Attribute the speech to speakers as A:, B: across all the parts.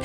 A: แถ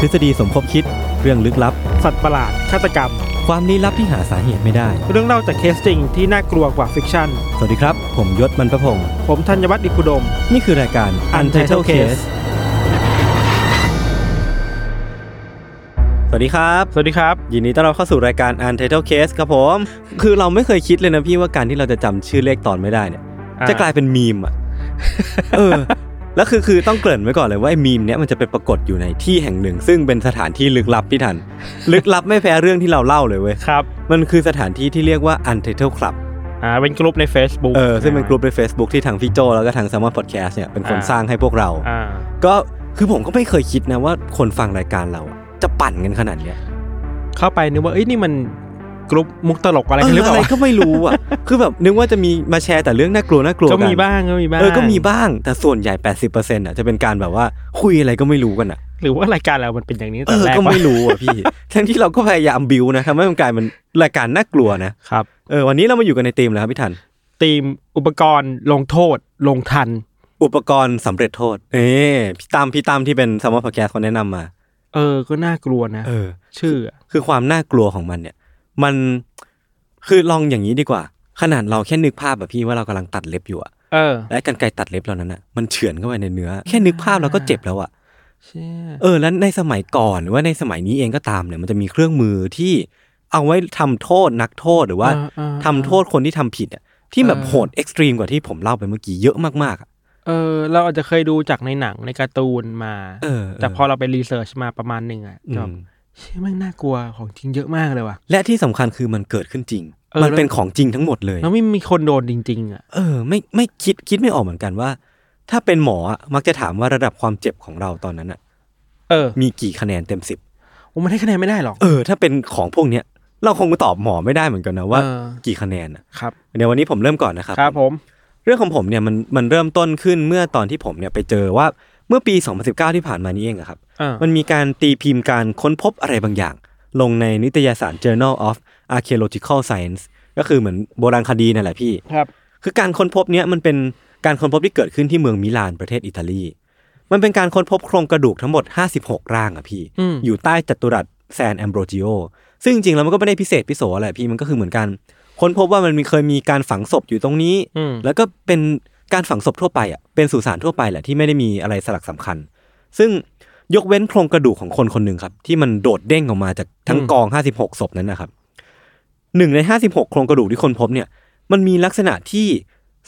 B: ทฤษฎีสมคบคิด เรื่องลึกลับ
C: สัตว์ประหลาด ฆาตกรรม
B: ความลี้ลับที่หาสาเหตุไม่ได้
C: เรื่องเล่าจากเคสจริงที่น่ากลัวกว่าฟิกชั่น
B: สวัสดีครับ ผมยศมันประพงศ์
C: ผมธัญวัฒน์อิพุดม
B: นี่คือรายการ Untitled Case สวัสดีครับ
C: สวัสดีครับ
B: ยินดีต้อนรับเข้าสู่รายการ Untitled Case ครับผม คือเราไม่เคยคิดเลยนะพี่ว่าการที่เราจะจำชื่อเลขตอนไม่ได้เนี่ย
C: อ่า
B: จะกลายเป็นมีมอ่ะ เออ แล้วคือคือต้องเกริ่นไว้ก่อนเลยว่าไอ้มีมเนี้ยมันจะไปปรากฏอยู่ในที่แห่งหนึ่ง ซึ่งเป็นสถานที่ลึกลับพี่ทัน ลึกลับไม่แพ้เรื่องที่เราเล่าเลยเว้ย
C: ครับ
B: มันคือสถานที่ที่เรียกว่า Untitled Club
C: อ่า เป็นกลุ่มใน Facebook
B: เออซึ่งเป็นกลุ่มใน Facebook ที่ทางพี่โจแล้วก็ทาง s ซ m มอนพอดแคสต์เนี่ยเป็นคน
C: อ่า
B: สร้างให้พวกเรา
C: อ่า
B: ก็คือผมก็ไม่เคยคิดนะว่าคนฟังรายการเราอะจะปั่นกันขนาดเนี้ย
C: เข้าไปนึกว่า เอ้ย นี่มันกลุ่มมุกตลกอะไร
B: เอ
C: กันหรือ
B: อ
C: เป
B: อะ
C: ล่า
B: ไรก็ไม่รู้ อ่ะ คือแบบนึกว่าจะมีมาแชร์แต่เรื่องน่ากลัวน่ากลัว
C: ก็
B: น
C: มีบ้างก็มีบ้าง
B: เออก็มีบ้างแต่ส่วนใหญ่ 80%อ่ะจะเป็นการแบบว่าคุยอะไรก็ไม่รู้กันอ่ะ
C: หรือว่ารายการเรามันเป็นอย่างนี้
B: เอ
C: แต่
B: อ
C: แรก
B: ก็ไม่
C: วะ
B: รู้อ่ะพี่ ทั้งที่เราก็พยายามบิวนะทำให้มันกลายเป็นรายการน่ากลัวนะครับ เออวันนี้เรามาอยู่กันในธีมแล้วครับพี่ทัน
C: ทีมอุปกรณ์ลงโทษ ลงทัน
B: อุปกรณ์สำเร็จโทษ เอ๊พี่ตามพี่ตามที่เป็นสมอพอดแคสต์เขาแนะนำมา
C: เออ ก็น่ากลัวนะ
B: เออ
C: ชื่ออะ
B: คือความน่ากลัวของมันเนี่ย มันคือลองอย่างนี้ดีกว่า ขนาดเราแค่นึกภาพแบบพี่ว่าเรากำลังตัดเล็บอยู่อะ
C: เออ
B: และกันไกรตัดเล็บเรานั้นอะมันเฉือนเข้าไปในเนื้อ แค่นึกภาพเราก็เจ็บแล้วอะ
C: เชี่ย
B: เออแล้วในสมัยก่อนหรือว่าในสมัยนี้เองก็ตามเนี่ยมันจะมีเครื่องมือที่เอาไว้ทำโทษนักโทษหรือว่า
C: เออเออ
B: ทำโทษคนที่ทำผิดอะที่แบบ
C: เออ
B: โหดเอ็กซ์ตรีมกว่าที่ผมเล่าไปเมื่อกี้เยอะมากๆอะ
C: เออ เราอาจจะเคยดูจากในหนังในการ์ตูนมา
B: เออ
C: แต่พอเราไปรีเสิร์ชมาประมาณหนึ่งอะ
B: อื
C: จะแบบ
B: ม
C: เชี่ยแม่งน่ากลัวของจริงเยอะมากเลยว่ะ
B: และที่สำคัญคือมันเกิดขึ้นจริง
C: เออ
B: มันเป็นของจริงทั้งหมดเลย
C: แล้วไม่มีคนโดนจริง ๆ อ่ะ
B: เออ ไม่ไม่คิดคิดไม่ออกเหมือนกันว่า ถ้าเป็นหมออะมักจะถามว่าระดับความเจ็บของเราตอนนั้นอะ
C: เออ
B: มีกี่คะแนนเต็มสิบ
C: ผมมันให้คะแนนไม่ได้หรอก
B: เออ ถ้าเป็นของพวกเนี้ย เราคงตอบหมอไม่ได้เหมือนกันนะว่า
C: เออ
B: กี่คะแนนอะ
C: ครับ
B: เดี๋ยววันนี้ผมเริ่มก่อนนะครับ
C: ครับผม
B: เรื่องของผมเนี่ยมันมันเริ่มต้นขึ้นเมื่อตอนที่ผมเนี่ยไปเจอว่าเมื่อปี 2019 ที่ผ่านมานี้เองอะครับ
C: เออ
B: มันมีการตีพิมพ์การค้นพบอะไรบางอย่าง ลงในนิตยสาร Journal of Archaeological Science ก็คือเหมือนโบราณคดีนั่นแหละพี่
C: ครับ
B: คือการค้นพบเนี้ยมันเป็นการค้นพบที่เกิดขึ้นที่เมืองมิลานประเทศอิตาลี มันเป็นการค้นพบโครงกระดูกทั้งหมด 56 ร่างอะพี่
C: อืม
B: อยู่ใต้จัตุรัสแซนแอมโบรจิโอ ซึ่งจริงๆแล้วมันก็ไม่ได้พิเศษพิโสอะไรพี่ มันก็คือเหมือนกัน ค้นพบว่ามันมีเคยมีการฝังศพอยู่ตรงนี้
C: อืม
B: แล้วก็เป็นการฝังศพทั่วไปอ่ะ เป็นสุสานทั่วไปแหละที่ไม่ได้มีอะไรสลักสำคัญ ซึ่งยกเว้นโครงกระดูกของคนคนหนึ่งครับ ที่มันโดดเด้งออกมาจากทั้งกอง 56 ศพนั้นนะครับหนึ่งใน 56 โครงกระดูกที่คนพบเนี่ย มันมีลักษณะที่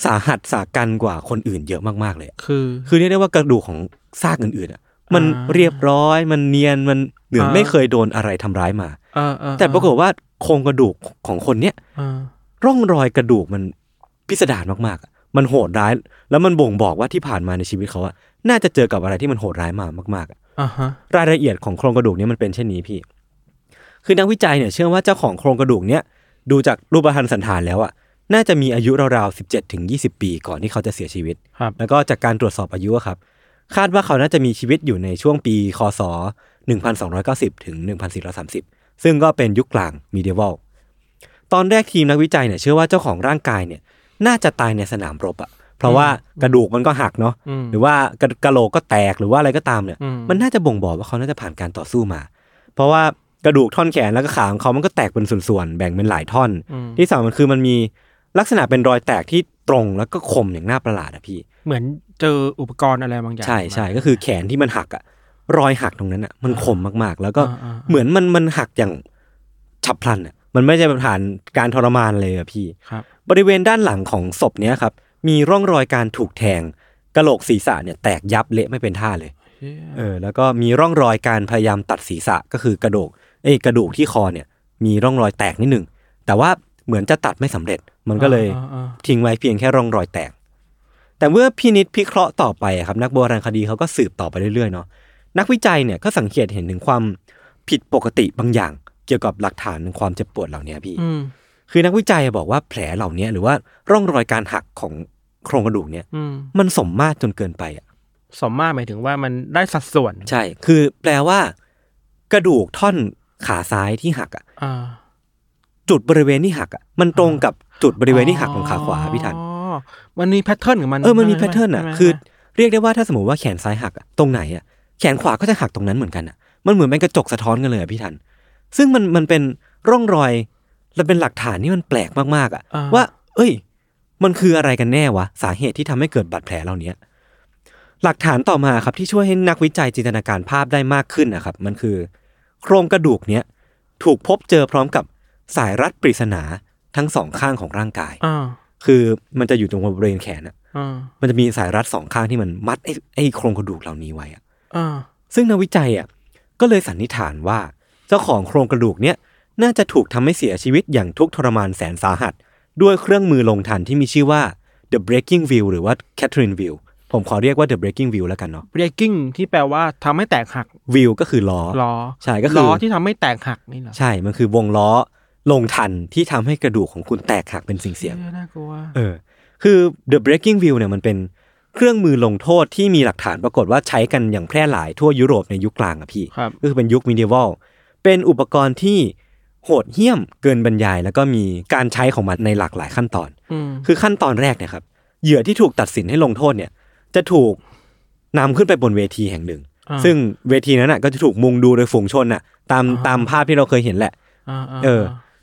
B: สาหัสสากันกว่าคนอื่นเยอะมากๆเลยอะ
C: คือ
B: คือเรียกได้ว่ากระดูกของซากอื่นๆอ่ะ มัน
C: อ่า
B: เรียบร้อย มันเนียน มันเหมือน
C: อ่า
B: ไม่เคยโดนอะไรทำร้ายมา
C: เออเออ
B: แต่ปรากฏว่าโครงกระดูกของคนเนี้ย
C: เออ
B: ร่องรอยกระดูกมันพิสดารมากๆอะมันโหดร้าย แล้วมันบ่งบอกว่าที่ผ่านมาในชีวิตเขาอะน่าจะเจอกับอะไรที่มันโหดร้ายมามากๆอะ
C: อ่าฮะ
B: รายละเอียดของโครงกระดูกเนี้มันเป็นเช่นนี้พี่ คือนักวิจัยเนี่ยเชื่อว่าเจ้าของโครงกระดูกเนี้ยดูจากรูปพรรณสันฐานแล้วอะน่าจะมีอายุราวๆ 17ถึง20 ปี ก่อนที่เขาจะเสียชีวิต
C: ครับ
B: แล้วก็จากการตรวจสอบอายุอะครับ คาดว่าเขาน่าจะมีชีวิตอยู่ในช่วงปี คศ 1290 ถึง 1430 ซึ่งก็เป็นยุคกลางมีเดวลตอนแรกทีมนักวิจัยเนี่ยเชื่อว่าเจ้าของร่างกายเนี่ยน่าจะตายในสนามรบอะเพราะว่ากระดูกมันก็หักเนาะ
C: อืม
B: หรือว่ากระกะโหลกก็แตกหรือว่าอะไรก็ตามเนี่ย
C: อืม
B: มันน่าจะบ่งบอกว่าเขาน่าจะผ่านการต่อสู้มา เพราะว่ากระดูกท่อนแขนแล้วก็ขาของเขามันก็แตกเป็นส่วนๆแบ่งเป็นหลายท่อน ที่สามมันคือมันมีลักษณะเป็นรอยแตกที่ตรงแล้วก็คมอย่างน่าประหลาดอะพี่
C: เหมือน เจออุปกรณ์อะไรบางอย่าง
B: ใช่ใช่ก็คือแขนที่มันหักอะรอยหักตรงนั้นอะมันคมมากๆ แล้วก็
C: อ่า
B: เหมือนมันมันหักอย่างฉับพลันอะมันไม่ใช่ผ่านการทรมานเลยอะพี่
C: ๆครับ
B: บริเวณด้านหลังของศพเนี้ยครับ มีร่องรอยการถูกแทงกระโหลกศีรษะเนี่ยแตกยับเละไม่เป็นท่าเลย เออแล้วก็มีร่องรอยการพยายามตัดศีรษะก็คือกระดูกเอ้ยกระดูกที่คอเนี่ย มีร่องรอยแตกนิดหนึงแต่ว่าเหมือนจะตัดไม่สำเร็จ มันก็เลย
C: อ่าอ่าอ่า
B: ทิ้งไว้เพียงแค่ร่องรอยแตก แต่เมื่อพินิษพิเคราะห์ต่อไปอะครับ นักโบราณคดีเขาก็สืบต่อไปเรื่อยๆเนาะนักวิจัยเนี่ยก็สังเกตเห็นถึงความผิดปกติบางอย่าง เกี่ยวกับหลักฐานของความเจ็บปวดเหล่านี้พี่
C: อืม
B: คือนักวิจัยบอกว่าแผลเหล่านี้หรือว่าร่องรอยการหักของโครงกระดูกเนี่ย
C: อืม
B: มันสมมาตรจนเกินไปอะ
C: สมมาตรหมายถึงว่ามันได้สัดส่วน
B: ใช่ คือแปลว่า กระดูกท่อนขาซ้ายที่หักอะ
C: อ่า
B: จุดบริเวณที่หักอะมันตรงกับจุดบริเวณที่หักของขาขวาพี่ทัน
C: อ๋อมันมีแพทเทิร์นของมัน
B: เออมันมี
C: ใช่
B: แพท
C: ไห
B: เทิร์นอะ
C: ใช่ไหม
B: คือ เรียกได้ว่าถ้าสมมติว่าแขนซ้ายหักอะตรงไหนอะแขนขวาก็จะหักตรงนั้นเหมือนกันอะมันเหมือนเป็นกระจกสะท้อนกันเลยอะพี่ทัน ซึ่งมันมันเป็นร่องรอยและเป็นหลักฐานที่มันแปลกมากๆอะ
C: อ่
B: ว่า เอ้ย มันคืออะไรกันแน่วะสาเหตุที่ทำให้เกิดบาดแผลเหล่านี้หลักฐานต่อมาครับที่ช่วยให้นักวิจัยจินตนาการภาพได้มากขึ้นนะครับ มันคือ โครงกระดูกเนี้ยถูกพบเจอพร้อมกับสายรัดปริศนาทั้งสองข้างของร่างกาย
C: อ่า
B: คือมันจะอยู่ตรงบริเวณแขนอะ
C: อ่า
B: มันจะมีสายรัดสองข้างที่มันมัดไอ้ไอ้โครงกระดูกเหล่านี้ไว้อะ
C: อ่า
B: ซึ่งนักวิจัยอ่ะก็เลยสันนิษฐานว่า เจ้าของโครงกระดูกเนี้ยน่าจะถูกทำให้เสียชีวิตอย่างทุกข์ทรมานแสนสาหัส ด้วยเครื่องมือลงทันที่มีชื่อว่า the breaking view หรือว่า Catherine view ผมขอเรียกว่า the breaking view แล้วกันเนาะ
C: เบรกิ้งที่แปลว่าทำให้แตกหัก
B: view ก็คือล้อ
C: ล้อ
B: ใช่ก็คือ
C: ล้อที่ทำให้แตกหักนี่เหรอ
B: ใช่ มันคือวงล้อลงทันที่ทำให้กระดูกของคุณแตกหักเป็นสิ่งเสียง
C: ออน่ากลัว
B: เออ คือ the breaking view เนี่ยมันเป็นเครื่องมือลงโทษที่มีหลักฐานปรากฏว่าใช้กันอย่างแพร่หลายทั่วยุโรปในยุคกลางอะพี่
C: ครับ
B: ก็คือเป็นยุคมิ d ด v a l เป็นอุปกรณ์ที่โหดเหี้ยมเกินบรรยาย แล้วก็มีการใช้ของมันในหลากหลายขั้นตอน
C: อืม
B: คือขั้นตอนแรกเนี่ยครับ เหยื่อที่ถูกตัดสินให้ลงโทษเนี่ย จะถูกนำขึ้นไปบนเวทีแห่งหนึ่ง
C: อ่า
B: ซึ่งเวทีนั้นน่ะก็จะถูกมุงดูโดยฝูงชนน่ะ ตาม
C: อ่า
B: ตามภาพที่เราเคยเห็นแหละ
C: อ่าา
B: เออ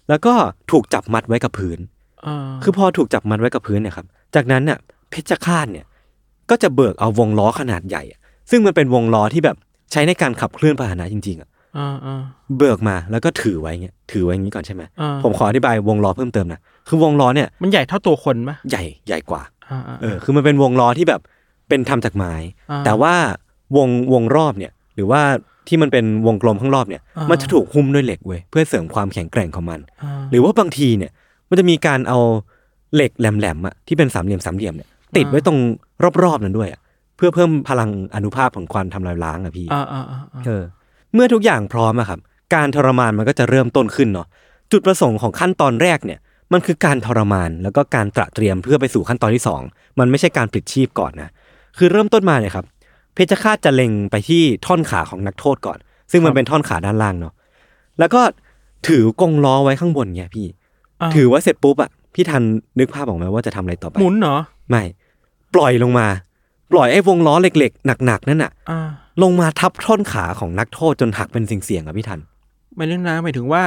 B: แล้วก็ถูกจับมัดไว้กับพื้น
C: อ่า
B: คือพอถูกจับมัดไว้กับพื้นเนี่ยครับ จากนั้นน่ะเพชฌฆาตเนี่ยก็จะเบิกเอาวงล้อขนาดใหญ่อะซึ่งมันเป็นวงล้อที่แบบใช้ในการขับเคลื่อนพาหนะจริงๆอ่ะ
C: อ่าอ่า
B: เบิกมาแล้วก็ถือไว้เงี้ย ถือไว้อย่างงี้ก่อนใช่ไหม
C: อ่า
B: ผมขออธิบายวงล้อเพิ่มเติมนะ คือวงล้อเนี่ย
C: มันใหญ่เท่าตัวคนปะ
B: ใหญ่ใหญ่กว่า
C: อ่าอ่า
B: เออ คือมันเป็นวงล้อที่แบบเป็นทำจากไม้
C: า
B: แต่ว่าวงวงรอบเนี่ย หรือว่าที่มันเป็นวงกลมข้างรอบเนี่ย
C: อ่ามั
B: มันจะถูกหุ้มด้วยเหล็กเว้ยเพื่อเสริมความแข็งแกร่งของมัน
C: อ่า
B: หรือว่าบางทีเนี่ยมันจะมีการเอาเหล็กแหลมๆอะที่เป็นสามเหลี่ยมสามเหลี่ยมเนี่ยติดไว้ตรงรอบๆนั้นด้วยอะเพื่อเพิ่มพลังอนุภาพของความทำลายล้างอะพี่
C: อ่าอ่าอ่าอ่า
B: เออเมื่อทุกอย่างพร้อมอะครับการทรมานมันก็จะเริ่มต้นขึ้นเนาะจุดประสงค์ของขั้นตอนแรกเนี่ยมันคือการทรมานแล้วก็การตระเตรียมเพื่อไปสู่ขั้นตอนที่สองมันไม่ใช่การปลิดชีพก่อนนะคือเริ่มต้นมาเนี่ยครับเพชฌฆาตจะเล็งไปที่ท่อนขาของนักโทษก่อน ซึ่งมันเป็นท่อนขาด้านล่างเนาะแล้วก็ถือกงล้อไว้ข้างบนไงพี่
C: า
B: ถือว่าเสร็จปุ๊บอ่ะพี่ทันนึกภาพออกไหมว่าจะทำอะไรต่อไป
C: หมุนเหรอ
B: ไม่ ปล่อยลงมา ปล่อยไอ้วงล้อเหล็กๆ หนักๆนั่นน่ะ
C: อ่า
B: ลงมาทับท่อนขาของนักโทษจนหักเป็นสิ่งเสี่ยงๆอ่ะพี่ทัน
C: ไม่เรื่องนะหมายถึงว่า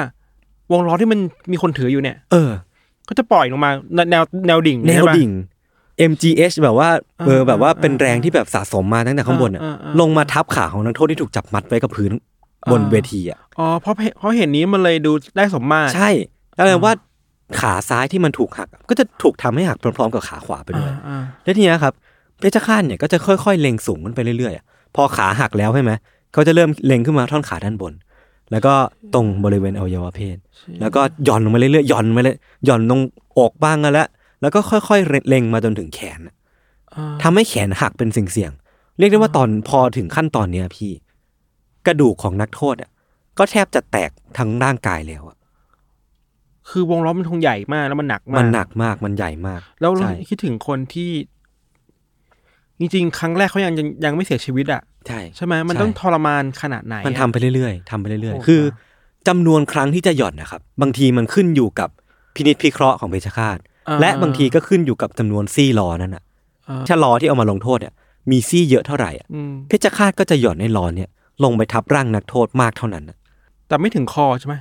C: วงล้อที่มันมีคนถืออยู่เนี่ย
B: เออ
C: ก็จะปล่อยลงมาแนวแนวดิ่ง
B: แนว
C: ใช่ปะ
B: ดิ่ง MGH แบบว่าเออ
C: เออ
B: แบบว่า
C: เออ
B: เป็นแรงที่แบบสะสมมาตั้งแต่ข้างบนอ่ะ
C: เออเออเออ
B: ลงมาทับขาของนักโทษที่ถูกจับมัดไว้กับพื้นบน
C: เออ
B: เวทีอ่ะ
C: อ๋อเพราะเพเพราะเห็นนี้มันเลยดูได้สมมาตร
B: ใช่แล้วแปลว่าขาซ้ายที่มันถูกหัก ก็จะถูกทำให้หักพร้อมๆกับขาขวาไปด้วย
C: อ่าอ่า
B: แล้วทีเนี้ยครับเพชฌฆาตเนี่ยก็จะค่อยๆ เล็งสูงขึ้นไปเรื่อยๆอะพอขาหักแล้วใช่ไหมเขาจะเริ่มเล็งขึ้นมาท่อนขาด้านบน แล้วก็ตรงบริเวณอวัยวะเพศ แล้วก็หย่อนลงมาเรื่อยๆหย่อนมาเลยหย่อนลงอกบ้างแล้วละแล้วก็ค่อยๆเล็งมาจนถึงแขนอะ
C: อ่า
B: ทำให้แขนหักเป็นสิ่งเสี่ยงๆเรียกได้ว่าตอนพอถึงขั้นตอนเนี้ยพี่ กระดูกของนักโทษอ่ะก็แทบจะแตกทั้งร่างกายแล้วอะ
C: คือวงล้อมันคงใหญ่มากแล้วมันหนักมาก
B: มันหนักมากมันใหญ่มาก
C: แล้วเรา
B: ใช่
C: คิดถึงคนที่ จริงๆ ครั้งแรกเขายังยังยังไม่เสียชีวิตอ่ะ
B: ใช่
C: ใช่ไหมมัน
B: ใช่
C: ต้องทรมานขนาดไหนอะ
B: มันทำไปเรื่อยๆทำไปเรื่อย
C: โอ้
B: ๆ คือ
C: ค่ะ
B: จำนวนครั้งที่จะหย่อนนะครับ บางทีมันขึ้นอยู่กับพินิษพิเคราะห์ของเพชฌฆาต
C: อ่
B: และบางทีก็ขึ้นอยู่กับจำนวนซี่ล้อนั่นน่ะ
C: อ่า
B: ถ้าล้อที่เอามาลงโทษเนี่ยมีซี่เยอะเท่าไหร่อะ
C: อืม
B: เพชฌฆาตก็จะหย่อนในล้อเนี่ยลงไปทับร่างนักโทษมากเท่านั้นน่ะ
C: แต่ไม่ถึงคอใช่ไหม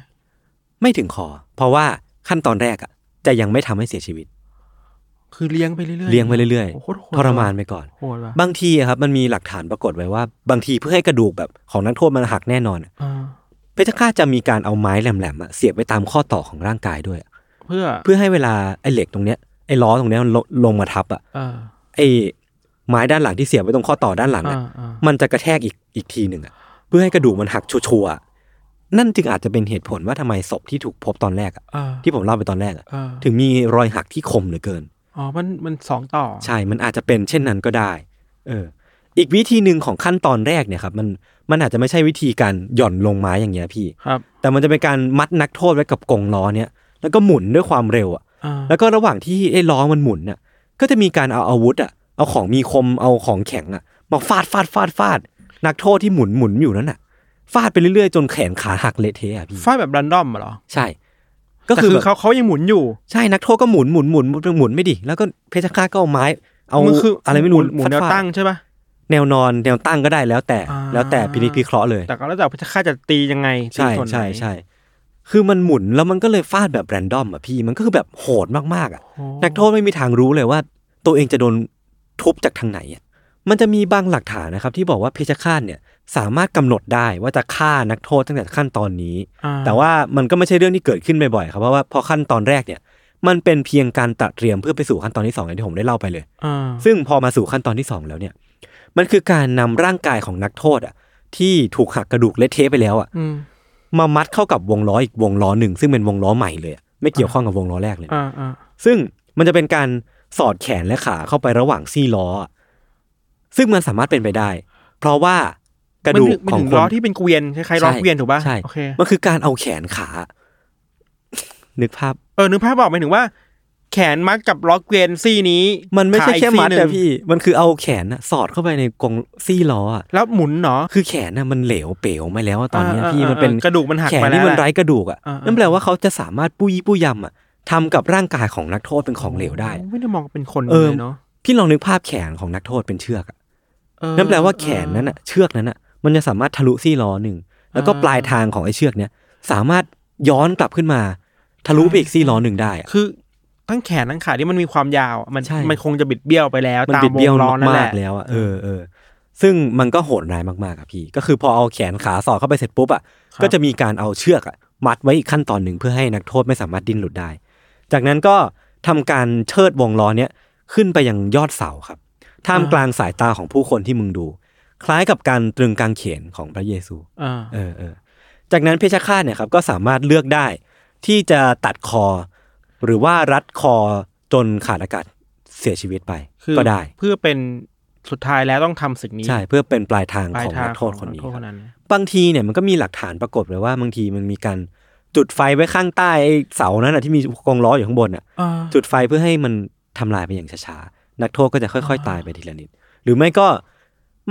B: ไม่ถึงคอ เพราะว่าขั้นตอนแรกอ่ะจะยังไม่ทำให้เสียชีวิต
C: คือเลี้ยงไปเรื่อยๆ
B: เลี้ยงไว้เรื่อย
C: โโหโคตโหด
B: ๆทรมานไปก่อน
C: โหดว่ะ
B: บางทีอะครับมันมีหลักฐานปรากฏไว้ว่า บางทีเพื่อให้กระดูกแบบของนักโทษมันหักแน่นอนอะ
C: อ่า
B: เพชฌฆาตจะมีการเอาไม้แหลมๆอะเสียบไว้ตามข้อต่อของร่างกายด้วย
C: เพื่อ
B: เพื่อให้เวลาไอ้เหล็กตรงเนี้ยไอ้ล้อตรงเนี้ยมันลงลงมาทับอะ
C: เออ
B: ไอ้ไม้ด้านหลังที่เสียบไว้ตรงข้อต่อด้านหลัง
C: อ่า
B: อะ
C: อ่า
B: มันจะกระแทกอีกอีกทีหนึ่งอะเพื่อให้กระดูกมันหักชัวร์ๆอะนั่นจึงอาจจะเป็นเหตุผลว่าทำไมศพที่ถูกพบตอนแรกอะ
C: อ่า
B: ที่ผมเล่าไปตอนแรกอะ
C: เออ
B: ถึงมีรอยหักที่คมเหลือเกิน
C: อ๋อมันมันสองต่อ
B: ใช่ มันอาจจะเป็นเช่นนั้นก็ได้ เออ อีกวิธีหนึ่งของขั้นตอนแรกเนี่ยครับ มัน มันอาจจะไม่ใช่วิธีการหย่อนลงไม้อย่างเงี้ยพี่
C: ครับ
B: แต่มันจะเป็นการมัดนักโทษไว้กับกรงล้อเนี่ย แล้วก็หมุนด้วยความเร็วอะ
C: อ่า
B: แล้วก็ระหว่างที่ไอ้ล้อมันหมุนน่ะ ก็จะมีการเอาอาวุธอะเอาของมีคม เอาของแข็งอะมาฟาดฟาดฟาดฟาด นักโทษที่หมุนหมุนอยู่นั้นน่ะ ฟาดไปเรื่อยๆ จนแขนขาหักเละเทะอะพี่
C: ฟาดแบบรันดอมเหรอ
B: ใช่ ก็
C: แต่
B: คือ
C: คือ
B: แบบ
C: เขาเขายังหมุนอยู่
B: ใช่ นักโทษก็หมุนหมุนหมุนหมุนหมุนไม่ดิ แล้วก็เพชรฆาตก็เอาไม้ เอา
C: มันคืออะ
B: อะไรไม่รู้
C: หมุนแนว
B: ฟาดๆ
C: ตั้งใช่ปะ
B: แนวนอนแนวตั้งก็ได้แล้วแต่
C: อ่า
B: แล้วแต่พินิจพิเคราะห์เลย
C: แต่ก็แล้วแต่ว่าจะค่าจะตียังไงตี
B: ใช่
C: ส่วนไหน
B: ใช่ใช่ คือมันหมุนแล้วมันก็เลยฟาดแบบแรนดอมอ่ะพี่มันก็คือแบบโหดมากๆอ่ะ
C: โอ้
B: นักโทษไม่มีทางรู้เลยว่า ตัวเองจะโดนทุบจากทางไหนอ่ะมันจะมีบางหลักฐานนะครับ ที่บอกว่าเพชฌฆาตเนี่ยสามารถกำหนดได้ว่าจะฆ่านักโทษตั้งแต่ขั้นตอนนี้
C: อ่
B: แต่ว่ามันก็ไม่ใช่เรื่องที่เกิดขึ้นบ่อยๆครับเพราะว่าพอขั้นตอนแรกเนี่ย มันเป็นเพียงการตระเตรียมเพื่อไปสู่ขั้นตอนที่สองอย่างที่ผมได้เล่าไปเลย
C: อ่า
B: ซึ่งพอมาสู่ขั้นตอนที่ 2 แล้วเนี่ย มันคือการนำร่างกายของนักโทษอ่ะที่ถูกหักกระดูกเละเทะไปแล้วอ่ะ
C: อืม
B: มามัดเข้ากับวงล้ออีกวงล้อหนึ่งซึ่งเป็นวงล้อใหม่เลยอะไม่เกี่ยวข้องกับวงล้อแรกเลยนะ
C: อ่าอ่า
B: ซึ่งมันจะเป็นการสอดแขนและขาเข้าไประหว่างซี่ล้ออะซึ่งมันสามารถเป็นไปได้ เพราะว่าก
C: ก
B: ระดูกของค
C: ถึงล้อน ที่เป็นเกวียนคล้ายๆล้อ
B: ใช่
C: เกวียนถูกป่ะ
B: ใช่
C: โอเค
B: มันคือการเอาแขนขา นึกภาพ
C: เออนึกภาพบอกหมายถึงว่า แขนมัดกับล้อเกวียนซี่นี้
B: มันไม่ใช่
C: ขาอีก
B: แค่มัด
C: ซี่หนึ่
B: แต่
C: ง
B: พี่ มันคือเอาแขนน่ะสอดเข้าไปในกรงซี่ล้ออะ
C: แล้วหมุนเนาะ
B: คือแขนน่ะมันเหลวเป๋วมาแล้วอะตอนเนี้ย
C: อ่า
B: พี่
C: อ่า
B: มันเป็น
C: อ่ากระดูกมันหัก
B: แข
C: ไป
B: น
C: แล้ว
B: ที่มันไร้กระดูกอ่ะ
C: อ่าอ่า
B: นั่นแปลว่าเขาจะสามารถปุยปุยยำอ่ะทำกับร่างกายของนักโทษเป็นของเหลวได้
C: ไม่ได้มองเป็นคน
B: เออ
C: เลยเนาะ
B: พี่ลองนึกภาพแขนของนักโทษเป็นเชือกอะ
C: เออ
B: นั่นแปลว่าแขนนั้นอ่ะเชือกนั้นอ่ะมันจะสามารถทะลุซี่ล้อหนึ่งแล้วก็ปลายทางของไอ้เชือกเนี้ยสามารถย้อนกลับขึ้นมา ทะลุไปอีกซี่ล้อหนึ่งได้อะ
C: คือทั้งแขนทั้งขาที่มันมีความยาวอะมัน
B: ใช่
C: มันคงจะบิดเบี้ยวไปแล้ว
B: มัน
C: ตาม
B: บิด
C: ว
B: เบี้ยว
C: งล้อนั่นแห
B: มา
C: ละ
B: กๆแล้วอ่ะเออเออซึ่งมันก็โหดร้ายมากๆอ่ะพี่ ก็คือพอเอาแขนขาสอดเข้าไปเสร็จปุ๊บอ่ะก็จะมีการเอาเชือกอ่ะมัดไว้อีกขั้นตอนหนึ่งเพื่อให้นักโทษไม่สามารถดิ้นหลุดได้ จากนั้นก็ทำการเชิดวงล้อเนี้ยขึ้นไปยังยอดเสาครับท่ามกลางสายตาของผู้คนที่มึงดู คล้ายกับการตรึงกางเขนของพระเยซู
C: เออ
B: เออเออจากนั้นเพชฌฆาตเนี่ยครับก็สามารถเลือกได้ที่จะตัดคอ หรือว่ารัดคอจนขาดอากาศเสียชีวิตไป
C: คือ
B: ก็ได้
C: เพื่อเป็นสุดท้ายแล้วต้องทำสิ่งนี้
B: ใช่เพื่อเป็นปลายทาง
C: ปลา
B: ข
C: ย
B: อง
C: ทา
B: นั
C: ง
B: กโทษคนนี้
C: ของกโทษ
B: ครับ
C: นั้น
B: บางทีเนี่ยมันก็มีหลักฐานปรากฏเลยว่าบางทีมันมีการจุดไฟไว้ข้างใต้ไอ้เสานั้นนะที่มีกองล้ออยู่ข้างบนน่ะ
C: อ่า
B: จุดไฟเพื่อให้มันทำลายไปอย่างช้าๆนักโทษก็จะค่อย ๆ ตายไปทีละนิด หรือไม่ก็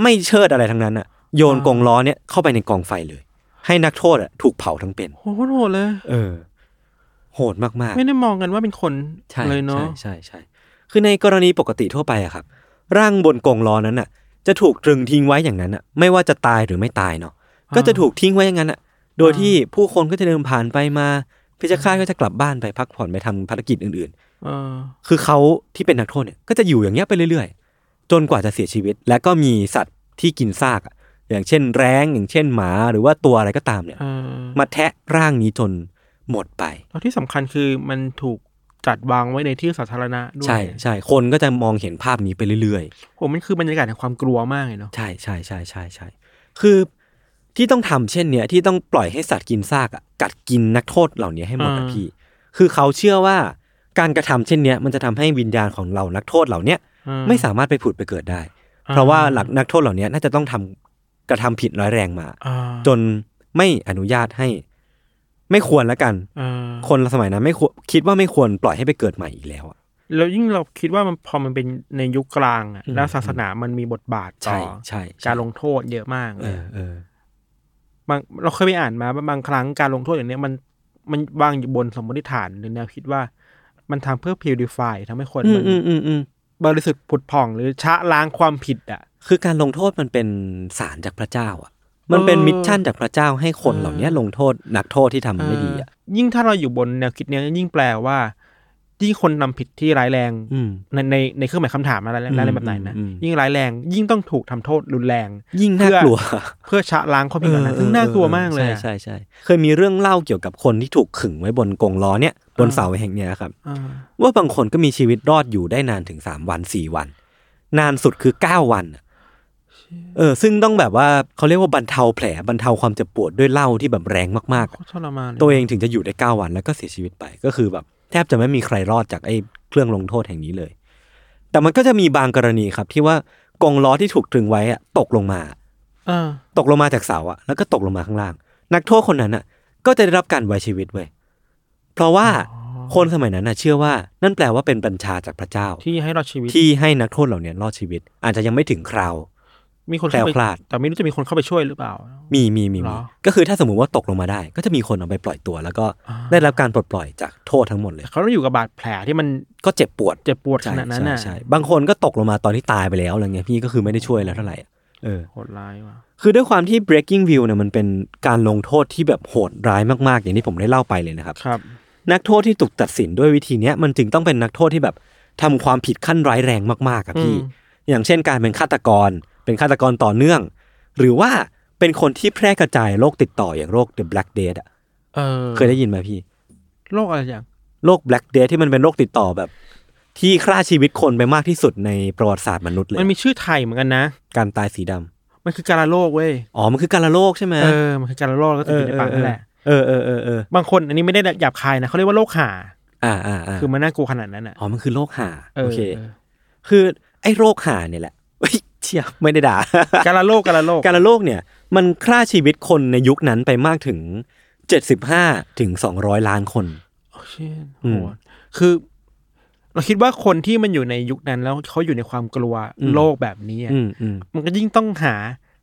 B: ไม่เชิดอะไรทั้งนั้นอ่ะโยนกองล้อเนี่ยเข้าไปในกองไฟเลย ให้นักโทษอ่ะถูกเผาทั้งเป็น
C: โหโหดเลย
B: เออ โหดมากๆ
C: ไม่ได้มองกันว่าเป็นคน
B: ใช่
C: เลยเนาะ
B: ใช่ใช่ใช่ คือในกรณีปกติทั่วไปอะครับ ร่างบนกองล้อนั้นน่ะ จะถูกตรึงทิ้งไว้อย่างนั้นน่ะ ไม่ว่าจะตายหรือไม่ตายเนาะก็จะถูกทิ้งไว้อย่างนั้นน่ะ โดยที่ผู้คนก็จะเดินผ่านไปมาเพชฌฆาตก็จะกลับบ้านไปพักผ่อนไปทำภารกิจอื่น
C: เออ
B: ๆ คือเขาที่เป็นนักโทษเนี่ยก็จะอยู่อย่างเงี้ยไปเรื่อยๆ จนกว่าจะเสียชีวิต และก็มีสัตว์ที่กินซากอะอย่างเช่น แร้งอย่างเช่นหมาหรือว่าตัวอะไรก็ตามเนี่ย
C: เออ
B: มาแทะร่างนี้จนหมดไป
C: แล้วที่สำคัญคือมันถูกจัดวางไว้ในที่สาธารณะด้วย
B: ใช่ใช่คนก็จะมองเห็นภาพนี้ไปเรื่อยๆ
C: ผมมันคือบรรยากาศแห่งความกลัวมากเลยเนาะ
B: ใช่ใช่ใช่ใช่ใช่คือที่ต้องทำเช่นเนี้ยที่ต้องปล่อยให้สัตว์กินซากอะกัดกินนักโทษเหล่านี้ให้หมดนะพี่ คือเขาเชื่อว่าการกระทำเช่นเนี้ยมันจะทำให้วิญญาณของเรานักโทษเหล่าเนี้ย
C: เออ
B: ไม่สามารถไปผุดไปเกิดได้ เพราะว่าหลักนักโทษเหล่านี้น่าจะต้องทำกระทำผิดร้ายแรงมา
C: อ่า
B: จนไม่อนุญาตให้ ไม่ควรละกัน
C: เออ
B: คนสมัยนั้นไม่ควรคิดว่าไม่ควรปล่อยให้ไปเกิดใหม่อีกแล้วอะ
C: แล้วยิ่งเราคิดว่ามันพอมันเป็นในยุคกลางอะ
B: อืม
C: แล้วศาสนามันมีบทบาทต่
B: ใช่
C: อ
B: ใช่ใช่
C: การลงโทษเยอะมากเล
B: เอย อเออบ
C: างเราเคยไปอ่านมาว่าบางครั้งการลงโทษอย่างเนี้ยมันมันวางอยู่บนสมมติฐานหรือแนวคิดว่า มันทำเพื่อ purify ทำให้คน
B: อื
C: มั
B: ม
C: น
B: อืมอืมอืม
C: บริสุทธิ์ผุดผ่องหรือชะล้างความผิดอ่ะ
B: คือการลงโทษมันเป็นสารจากพระเจ้าอ่ะ มันเป็นมิชชั่นจากพระเจ้าให้คนเหล่านี้ลงโทษนักโทษที่ทำไม่ดีอ่ะ
C: เออยิ่งถ้าเราอยู่บนแนวคิดเนี้ยยิ่งแปลว่า ยิ่งคนนำผิดที่ร้ายแรง
B: อืม
C: ในในในเครื่องหมายคำถามอะไร
B: อืม
C: ร้ายแรงแบบไหนนะ
B: อืม
C: ยิ่งร้ายแรง ยิ่งต้องถูกทำโทษรุนแรง
B: ยิ่งน่ากลัว
C: เพื่อชะล้างความผิดเหล่านั้นซึ่งน่ากลัวมากเลยอะ
B: ใช่ใช่ใช่เคยมีเรื่องเล่าเกี่ยวกับคนที่ถูกขึงไว้บนกรงล้อเนี่ยบนเสาแห่งเนี้ยครับ
C: อ่า
B: ว่าบางคนก็มีชีวิตรอดอยู่ได้นานถึงสามวันสี่วัน นานสุดคือเก้าวันน่ะเออ ซึ่งต้องแบบว่าเขาเรียกว่าบรรเทาแผลบรรเทาความเจ็บปวดด้วยเหล้าที่แบบแรงมากๆ
C: โค
B: อะ
C: ตรทรมานเลย
B: ตัวเองถึงจะอยู่ได้เก้าวันแล้วก็เสียชีวิตไป ก็คือแบบแทบจะไม่มีใครรอดจากไอ้เครื่องลงโทษแห่งนี้เลย แต่มันก็จะมีบางกรณีครับ ที่ว่ากรงล้อที่ถูกตรึงไว้อะตกลงมา
C: อ่า
B: ตกลงมาจากเสาอะแล้วก็ตกลงมาข้างล่าง นักโทษคนนั้นอะก็จะได้รับการไว้ชีวิตเว้ยเพราะว่าคนสมัยนั้นน่ะเชื่อว่านั่นแปลว่าเป็นบัญชาจากพระเจ้า
C: ที่ให้รอดชีวิต
B: ที่ให้นักโทษเหล่าเนี้ยรอดชีวิต อาจจะยังไม่ถึงคราว
C: มีคนเข้าไป
B: แคล้วคลาด
C: แต่ไม่รู้จะมีคนเข้าไปช่วยหรือเปล่า
B: มีมีมี
C: เหร
B: มี
C: อ
B: ก็คือถ้าสมมติว่าตกลงมาได้ ก็จะมีคนเอาไปปล่อยตัว แล้วก็ได้รับการปลดปล่อยจากโทษทั้งหมดเลย
C: แต่เขาต้องอยู่กับบาดแผลที่มัน
B: ก็เจ็บปวด
C: เจ็บปวดข
B: ใช่
C: นาดนั้น
B: ใช่
C: น่ะ
B: ใช่บางคนก็ตกลงมาตอนที่ตายไปแล้วอะไรเงี้ยพี่ก็คือไม่ได้ช่วยแล้วเท่าไหร่อะเออ
C: โหดร้ายว่ะ
B: คือด้วยความที่ breaking view เนี่ยมันเป็นการลงโทษที่แบบโหดร้ายมากๆ อย่างที่ผมได้เล่าไปเลยนะครับ
C: ครับ
B: นักโทษที่ถูกตัดสินด้วยวิธีเนี้ยมันจึงต้องเป็นนักโทษที่แบบทำความผิดขั้นร้ายแรงมากๆครับพี่
C: อืม
B: อย่างเช่นการเป็นฆาตกร เป็นฆาตกรต่อเนื่อง หรือว่าเป็นคนที่แพร่กระจายโรคติดต่ออย่างโรค the black death อะ
C: เออ
B: เคยได้ยินไหมพี่
C: โรคอะไรอย่าง
B: โรค black death ที่มันเป็นโรคติดต่อแบบ ที่ฆ่าชีวิตคนไปมากที่สุดในประวัติศาสตร์มนุษย์เลย
C: มันมีชื่อไทยเหมือนกันนะ
B: การตายสีดำ
C: มันคือการะโรคเว้ย
B: อ๋อมันคือการละโรคใช่ไหม
C: เออมันคือการะโรคแล้วติดอยู่ในปากนั่นแหละ
B: เออเออเออเออบ
C: างคนอันนี้ไม่ได้หยาบคายนะเขาเรียกว่าโรคห่า
B: อ่าอ่าอ่า
C: คือมันน่ากลัวขนาดนั้นอ่ะ
B: อ๋อ มันคือโรคหา
C: เอ
B: โอ
C: อ
B: เค คือไอ้โรคหาเนี่ยแหละ เฮ้ยเชี่ยไม่ได้ด่า
C: การะโรคการะโรค
B: การละโรคเนี่ย มันฆ่าชีวิตคนในยุคนั้นไปมากถึง 75ถึง200 ล้านคน
C: โอ้เชี่ย
B: อื
C: โห
B: ม
C: ดคือ เราคิดว่าคนที่มันอยู่ในยุคนั้นแล้วเขาอยู่ในความกลัว
B: อืม
C: โรคแบบนี้อะ
B: อืมอืม
C: มันก็ยิ่งต้องหา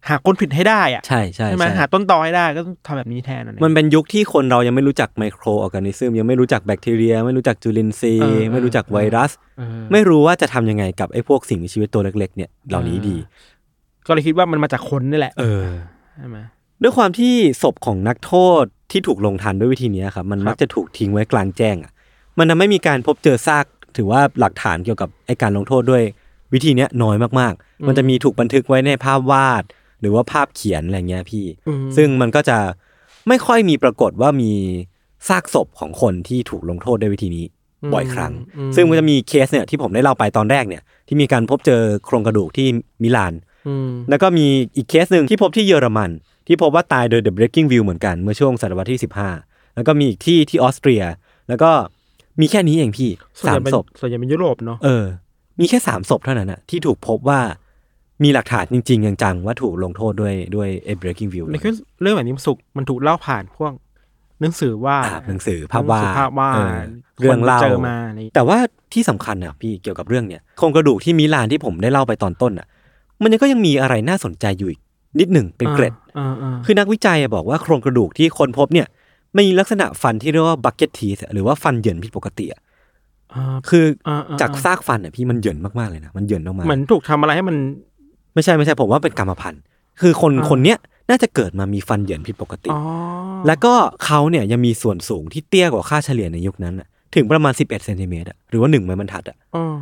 C: หาคนผิดให้ได้อ่ะ
B: ใช่ใช่
C: ไหม
B: ใช่
C: หาต้นตอให้ได้ก็ต้องทำแบบนี้แทนอะ
B: มัน
C: เย
B: เป็นยุคที่คนเรายังไม่รู้จักไมโครออร์แกนิซึมยังไม่รู้จักแบคทีเรีย ไม่รู้จักจุลินทรี
C: เออ
B: ย์
C: เออ
B: ไม่รู้จักไวรัส
C: เออ
B: ไม่รู้ว่าจะทำยังไงกับไอ้พวกสิ่งมีชีวิตตัวเล็กๆเนี่ยเหล่านี้ดี
C: ก็เลยคิดว่ามันมาจากคนนี่แหละ
B: เออ
C: ใช่ไหม
B: ด้วยความที่ศพของนักโทษที่ถูกลงทันด้วยวิธีเนี้ยครับมันมักจะถูกทิ้งไว้กลางแจ้งอ่ะมันทำให้มีการพบเจอซากถือว่าหลักฐานเกี่ยวกับไอการลงโทษด้วยวิธีเนี้ยน้อยมาก
C: อืม
B: ๆ มันจะมีถูกบันทึกไว้ในภาพวาด หรือว่าภาพเขียนอะไรเงี้ยพี่
C: อืม
B: ซึ่งมันก็จะไม่ค่อยมีปรากฏว่ามีซากศพของคนที่ถูกลงโทษด้วยวิธีนี้ บ่อยครั้ง
C: ม
B: ซึ่งมันจะมีเคสเนี่ยที่ผมได้เล่าไปตอนแรกเนี่ยที่มีการพบเจอโครงกระดูกที่มิลาน
C: อืม
B: แล้วก็มีอีกเคสหนึ่งที่พบที่เยอรมัน ที่พบว่าตายโดย The Breaking View เหมือนกันเมื่อช่วงศตวรรษที่ 15 แล้วก็มีอีกที่ที่ออสเตรีย แล้วก็มีแค่นี้เองพี่
C: วน
B: สา
C: ใหญ่
B: ม
C: เป็น
B: ศพ
C: ส่วนใหญ่เป็นยุโรปเนาะ
B: เออ มีแค่สามศพเท่านั้นอะที่ถูกพบว่ามีหลักฐานจริงๆจังๆว่าถูกลงโทษด้วยด้วย A Breaking View
C: ในเรื่องแบบนี้มันสุกมันถูกเล่าผ่านพวกหนังสือว่า
B: อ่า
C: ด
B: หนังสือภาพวาด
C: ภาพวาด
B: เออเรื่องเล่า
C: คนเจอมานี่
B: แต่ว่าที่สำคัญนะพี่เกี่ยวกับเรื่องเนี่ยโครงกระดูกที่มิลานที่ผมได้เล่าไปตอนต้นอ่ะ มันยังก็ยังมีอะไรน่าสนใจอยู่อีกนิดหนึ่งเป็นเกร็ด
C: อ่าอ่า
B: คือนักวิจัยอะบอกว่าโครงกระดูกที่คนพบเนี่ยมีลักษณะฟันที่เรียกว่าบักเก็ตทีสหรือว่าฟันเหยินผิดปกติอะ
C: อ่า
B: คือ
C: อ่าอ่า
B: จากซากฟันอ่ะพี่มันเหยินมากๆเลยนะมันเหยินออกมา
C: เหมือนถูกทำอะไรให้มัน
B: ไม่ใช่ไม่ใช่ผมว่าเป็นกรรมพันธุ์ คือคน
C: อ่า
B: คนเนี้ยน่าจะเกิดมามีฟันเหยินผิดปกติ
C: อ๋อ
B: แล้วก็เขาเนี่ยยังมีส่วนสูงที่เตี้ยกว่าค่าเฉลี่ยในยุคนั้นอะถึงประมาณ 11เซนติเมตรอะหรือว่าหนึ่งไม้บรรทัดอะ
C: อ๋อ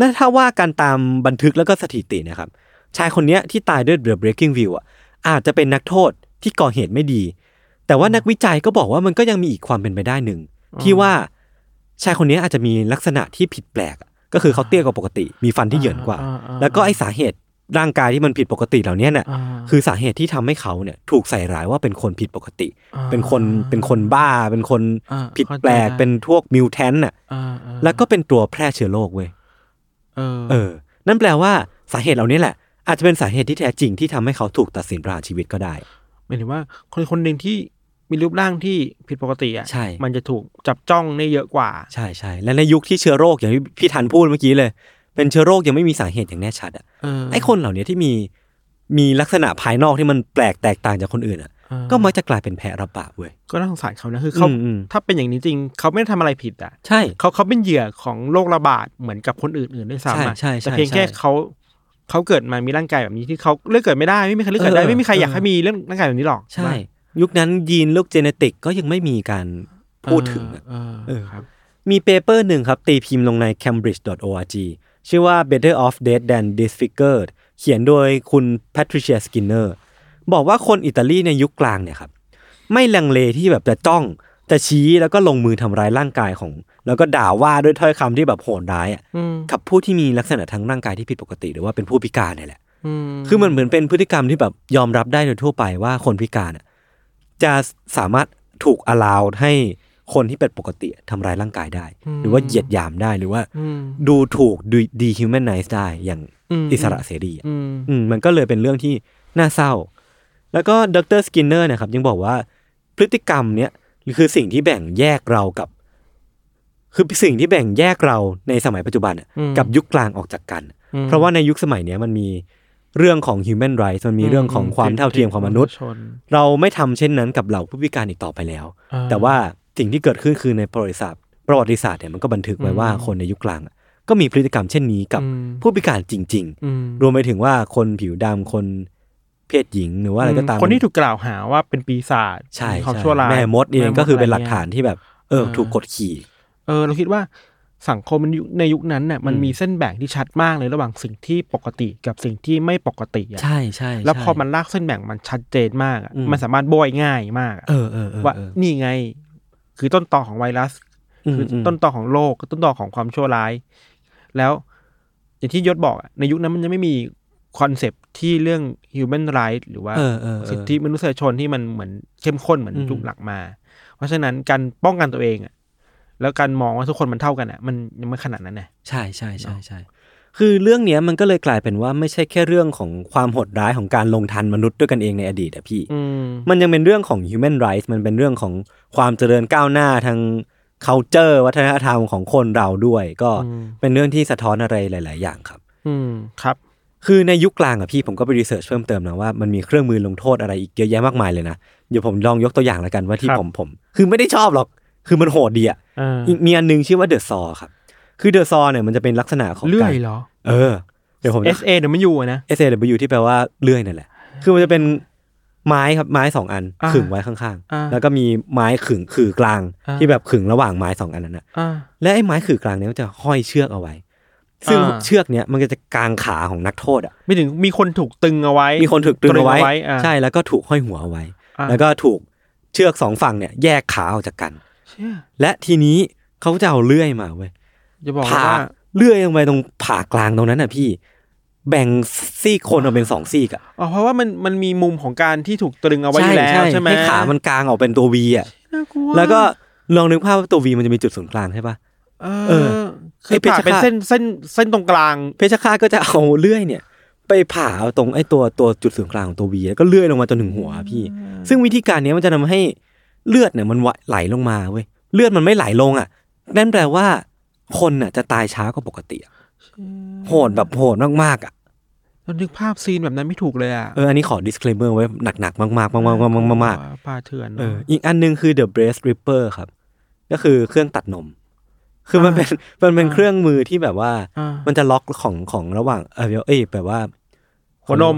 B: นั่นถ้าว่าการตามบันทึกแล้วก็สถิตินะครับ ชายคนเนี้ยที่ตายด้วย The Breaking View อ่ะอาจจะเป็นนักโทษที่ก่อเหตุไม่ดี แต่ว่านักวิจัยก็บอกว่ามันก็ยังมีอีกความเป็นไปได้หนึ่ง ที่ว่าชายคนเนี้ยอาจจะมีลักษณะที่ผิดแปลกอะก็คือเขาเตี้ยกว่าปกติ มีฟันที่เหยินกว่า
C: อ่าอ่าอ่า
B: แล้วก็ไอสาเหตุร่างกายที่มันผิดปกติเหล่าเนี้ยน่ะ
C: อ่า
B: คือสาเหตุที่ทำให้เขาเนี่ยถูกใส่ร้ายว่าเป็นคนผิดปกติ
C: อ่า
B: เป็นคนเป็นคนบ้า เป็นคน
C: อ่า
B: ผิดแปลก
C: เข้าใจ
B: เป็นพวกมิวแทนน่ะ
C: อ่าอ่า
B: แล้วก็เป็นตัวแพร่เชื้อโรคเว้ย
C: เออ
B: เออ นั่นแปลว่าสาเหตุเหล่านี้แหละ อาจจะเป็นสาเหตุที่แท้จริงที่ทำให้เขาถูกตัดสินประหารชีวิตก็ได้
C: หมายถึงว่า คนคนหนึ่งที่มีรูปร่างที่ผิดปกติอ่ะ
B: ใช่
C: มันจะถูกจับจ้องได้เยอะกว่า
B: ใช่ใช่และในยุคที่เชื้อโรคอย่างที่พี่ทันพูดเมื่อกี้เลย เป็นเชื้อโรคยังไม่มีสาเหตุอย่างแน่ชัดอ่ะ
C: เออ
B: ไอ้คนเหล่านี้ที่มีมีลักษณะภายนอกที่มันแปลกแตกต่างจากคนอื่นอ่ะ
C: เออ
B: ก็มักจะกลายเป็นแพะรับบาปเว้ย
C: ก็น่าสงสารเขานะคือเขา
B: อืมอืม
C: ถ้าเป็นอย่างนี้จริง เขาไม่ได้ทำอะไรผิดอ่ะ
B: ใช่
C: เขาเขาเป็นเหยื่อของโรคระบาดเหมือนกับคนอื่นๆด้วยซ้ำอะ
B: ใช่ใช่ใช่
C: แต่เพียงแค่
B: ใช่
C: เขาเขาเกิดมามีร่างกายแบบนี้ที่เขาเลือกเกิดไม่ได้ไม่มีใครเลือกเกิด
B: เออ
C: ได้ไม่มีใคร
B: เออ
C: อ
B: อ
C: ยากให้มีเรื่องร่างกายแบบนี้หรอก
B: ใช่ ยุคนั้นยีนลูกเจเนติกก็ยังไม่มีการพูดถึงอะ
C: เออเออ
B: เออ
C: ครับ
B: มีเปเปอร์หนึ่งครับ ตีพิมพ์ลงใน cambridge.org ชื่อว่า Better Off Dead Than Disfigured เขียนโดยคุณ Patricia Skinner บอกว่าคนอิตาลีในยุคกลางเนี่ยครับ ไม่ลังเลที่แบบจะจ้อง จะชี้แล้วก็ลงมือทำร้ายร่างกายของ แล้วก็ด่าว่าด้วยถ้อยคำที่แบบโหดร้ายอะ
C: อืม
B: กับผู้ที่มีลักษณะทางร่างกายที่ผิดปกติ หรือว่าเป็นผู้พิการเนี่ยแหละ
C: อืม
B: คือมันเหมือนเป็นพฤติกรรมที่แบบยอมรับได้โดยทั่วไปว่าคนพิการอะจะสามารถถูกอลาวให้คนที่เป็นปกติทำร้ายร่างกายได้ หรือว่าเหยียดหยามได้หรือว่า
C: อืม
B: ดูถูกดูดีฮิวแมนไนซ์ได้อย่าง
C: ม
B: อิสระเสรีอะ
C: อืม
B: อืมมันก็เลยเป็นเรื่องที่น่าเศร้า แล้วก็ดรสกินเนอร์นะครับยังบอกว่าพฤติกรรมเนี้ยคือสิ่งที่แบ่งแยกเรากับ คือสิ่งที่แบ่งแยกเราในสมัยปัจจุบันอะ
C: อืม
B: กับยุคกลางออกจากกัน
C: อืม
B: เพราะว่าในยุคสมัยเนี้ยมันมีเรื่องของ human rights มันมีเรื่องของความเท่าเทียมของมนุษย์
C: ชน
B: เราไม่ทำเช่นนั้นกับเหล่าผู้พิการอีกต่อไปแล้ว
C: อ่
B: แต่ว่าสิ่งที่เกิดขึ้นคือในประวัติศาสตร์ประวัติศาสตร์เนี่ยมันก็บันทึกไว้ว่า
C: อืม
B: คนในยุคกลางอะก็มีพฤติกรรมเช่นนี้กับ
C: อืม
B: ผู้พิการจริง ๆ
C: อืม
B: รวมไปถึงว่าคนผิวดำคนเพศหญิงหรือว่าอะไรก็ตาม
C: คนที่ถูกกล่าวหาว่าเป็นปีศาจ
B: ใช่
C: มีความ
B: ใช่
C: ชั่วร้าย
B: แม่มดเองก็คือเป็นหลัก
C: แม่มดะไร
B: ฐา
C: งี้ย
B: นที่แบบ เออ
C: อ่า
B: ถูกกดขี่
C: เออเราคิดว่าสังคมมันยุคในยุคนั้นเนี่ยมัน
B: อืม
C: มีเส้นแบ่งที่ชัดมากเลยระหว่างสิ่งที่ปกติกับสิ่งที่ไม่ปกติอะ
B: ใช่ใช่
C: แล้ว
B: ใช่
C: พอมันลากเส้นแบ่งมันชัดเจนมากอะ
B: อืม
C: มันสามารถโบอยง่ายมากอะ
B: เออเออเออ
C: ว่า
B: เออ
C: นี่ไง คือต้นตอของไวรัส
B: ม
C: คืออ
B: ม
C: ต้นตอของโรคต้นตอของความชั่วร้าย แล้วอย่างที่ยศบอกอะในยุคนั้นมันยังไม่มีคอนเซปต์ที่เรื่อง human rights หรือว่า
B: เออเออเออ
C: สิทธิมนุษยชนที่มันเหมือนเข้มข้นเหมือน
B: อืม
C: ยุคหลักมา เพราะฉะนั้นการป้องกันตัวเองอ่ะแล้วการมองว่าทุกคนมันเท่ากันอ่ะ มันยังไม่ขนาดนั้นนะ
B: ใช่ใช่ใช่
C: เนาะ
B: ใช่คือเรื่องเนี้ยมันก็เลยกลายเป็นว่าไม่ใช่แค่เรื่องของความโหดร้ายของการลงทันมนุษย์ด้วยกันเองในอดีตอะพี่
C: อืม
B: มันยังเป็นเรื่องของ human rights มันเป็นเรื่องของความเจริญก้าวหน้าทาง culture วัฒนธรรมของคนเราด้วย ก็
C: อืม
B: เป็นเรื่องที่สะท้อนอะไรหลาย ๆ อย่างครับ
C: อืมครับ
B: คือในยุคกลางอะพี่ผมก็ไปรีเสิร์ชเพิ่มเติมนะว่ามันมีเครื่องมือลงโทษอะไรอีกเยอะแยะมากมายเลยนะ เดี๋ยวผมลองยกตัวอย่างละกันว่าที่
C: ครับ
B: ผมผม คือไม่ได้ชอบหรอก คือมันโหดดีอะ
C: เออ
B: อีกมีอันหนึงชื่อว่าเดอะซอครับ คือเดอะซอเนี่ยมันจะเป็นลักษณะของ
C: เลื่
B: กา
C: อ
B: ร
C: ยเหรอ
B: เออเดี๋ยวผม
C: S A W นะ
B: S A W ที่แปลว่าเลื่อยนั่นแหละ คือมันจะเป็นไม้ครับไม้สองอัน
C: อ่า
B: ขึงไว้ข้าง
C: อ่า
B: ๆ แล้วก็มีไม้ขึงขื่อกลาง
C: อ่า
B: ที่แบบขึงระหว่างไม้สองอันนั้นนะ
C: อ่า
B: และไอ้ไม้ขื่อกลางเนี่ยมันจะห้อยเชือกเอาไว้ ซึ่ง
C: อ่า
B: เชือกเนี้ยมันก็จะกางขาของนักโทษอะ
C: ไม่ถึงมีคนถูกตึงเอาไว้
B: มีคนถูกตรึงเอาไว้
C: ตรึงเอาไว้อ่า
B: ใช่แล้วก็ถูกห้อยหัวเอาไว้
C: อ่ะ
B: แล้วก็ถูกเชือกสองฝั่งเนี่ยแยกขาออกจากกัน
C: เชี่ย
B: และทีนี้เขาจะเอาเลื่อยมาเว้ย
C: จะบอก
B: ผ่า
C: ว่า
B: เลื่อยลงไปตรงผ่ากลางตรงนั้นน่ะพี่ แบ่งซี่คนออกเป็นสองซี่กะ
C: อ๋อเพราะว่ามันมันมีมุมของการที่ถูกตรึงเอาไว้อยู่แล้วใช่ไหม
B: ให้ขามันกลางออกเป็นตัววีอ่ะ
C: น่ากลัว
B: แล้วก็ลองนึกภาพว่าตัววีมันจะมีจุดศูนย์กลางใช่ปะ
C: เอ
B: เอ
C: อ
B: อ
C: คือ
B: ไอ้เพชร
C: ผ่าเป็น
B: ฆาต
C: เส้นเส้นเส้นตรงกลาง
B: เพชฌฆาตก็จะเอาเลื่อยเนี่ย ไปผ่าเอาตรงไอ้ตัวตัวจุดศูนย์กลางของตัววีแล้วก็เลื่อยลงมาจนถึงหัวพี่ ซึ่งวิธีการเนี้ยมันจะทำให้เลือดเนี่ยมันไหลลงมาเว้ยเลือดมันไม่ไหลลงอ่ะนั่นแปลว่า คนน่ะจะตายช้ากว่าปกติอะโหดแบบโหดมากๆอ่ะ
C: เรานึกภาพซีนแบบนั้นไม่ถูกเลยอ่ะ
B: เอออันนี้ขอ disclaimer ไว้หนักๆ มากๆมากๆมากๆมากๆมาก
C: ปลาเถื่อน
B: ๆ
C: เน
B: เอ
C: อะ
B: ออีกอันหนึงคือ the breast ripper ครับ ก็คือเครื่องตัดนม คือมันเป็นมันเป็น
C: อ่า
B: เครื่องมือที่แบบว่า
C: อ่า
B: มันจะล็อกของของระหว่างเออเอ้ยแบบว่า
C: หัวนม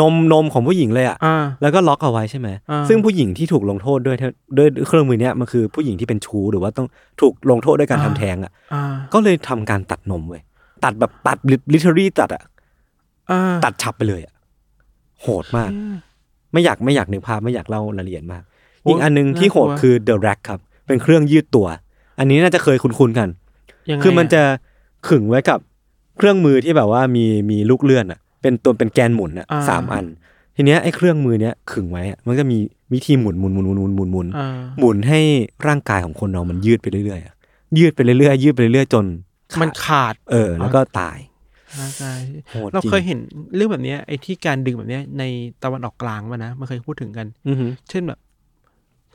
B: นมนมของผู้หญิงเลยอ่ะ
C: อ่า
B: แล้วก็ล็อกเอาไว้ใช่ไหม
C: อ่า
B: ซึ่งผู้หญิงที่ถูกลงโทษด้วยเท่าด้วยเครื่องมือเนี้ยมันคือผู้หญิงที่เป็นชู้หรือว่าต้องถูกลงโทษด้วยการทำแท้งอ่ะ
C: อ่า
B: ก็เลยทำการตัดนมเว้ย ตัดแบบตัดลิเทอรี่ตัดอ่ะ
C: อ่า
B: ตัดฉับไปเลยอ่ะ โหดมาก ไม่อยากไม่อยากนึกภาพไม่อยากเล่ารายละเอียดมาก อีกอันหนึงที่โหดคือ The Rack ครับ เป็นเครื่องยืดตัว อันนี้น่าจะเคยคุ้นๆกัน
C: ยังไง
B: คือมันจะขึงไว้กับเครื่องมือที่แบบว่ามีมีลูกเลื่อนอ่ะ เป็นตัวเป็นแกนหมุนอ่ะ
C: อ่า
B: สามอัน ทีเนี้ยไอ้เครื่องมือเนี้ยขึงไว้อะมันก็มีวิธีหมุนหมุนหมุนหมุนหมุนหมุนหมุน
C: อ่า
B: หมุนให้ร่างกายของคนเรามันยืดไปเรื่อยๆอะยืดไปเรื่อยๆยืดไปเรื่อยๆจนขาด
C: มันขาด
B: เออ แล้วก็ตาย
C: ร่างกาย
B: โหด
C: เรา
B: จริง
C: เคยเห็นเรื่องแบบเนี้ยไอ้ที่การดึงแบบเนี้ยในตะวันออกกลางมานะมันเคยพูดถึงกัน
B: อือหือ
C: เช่นแบบ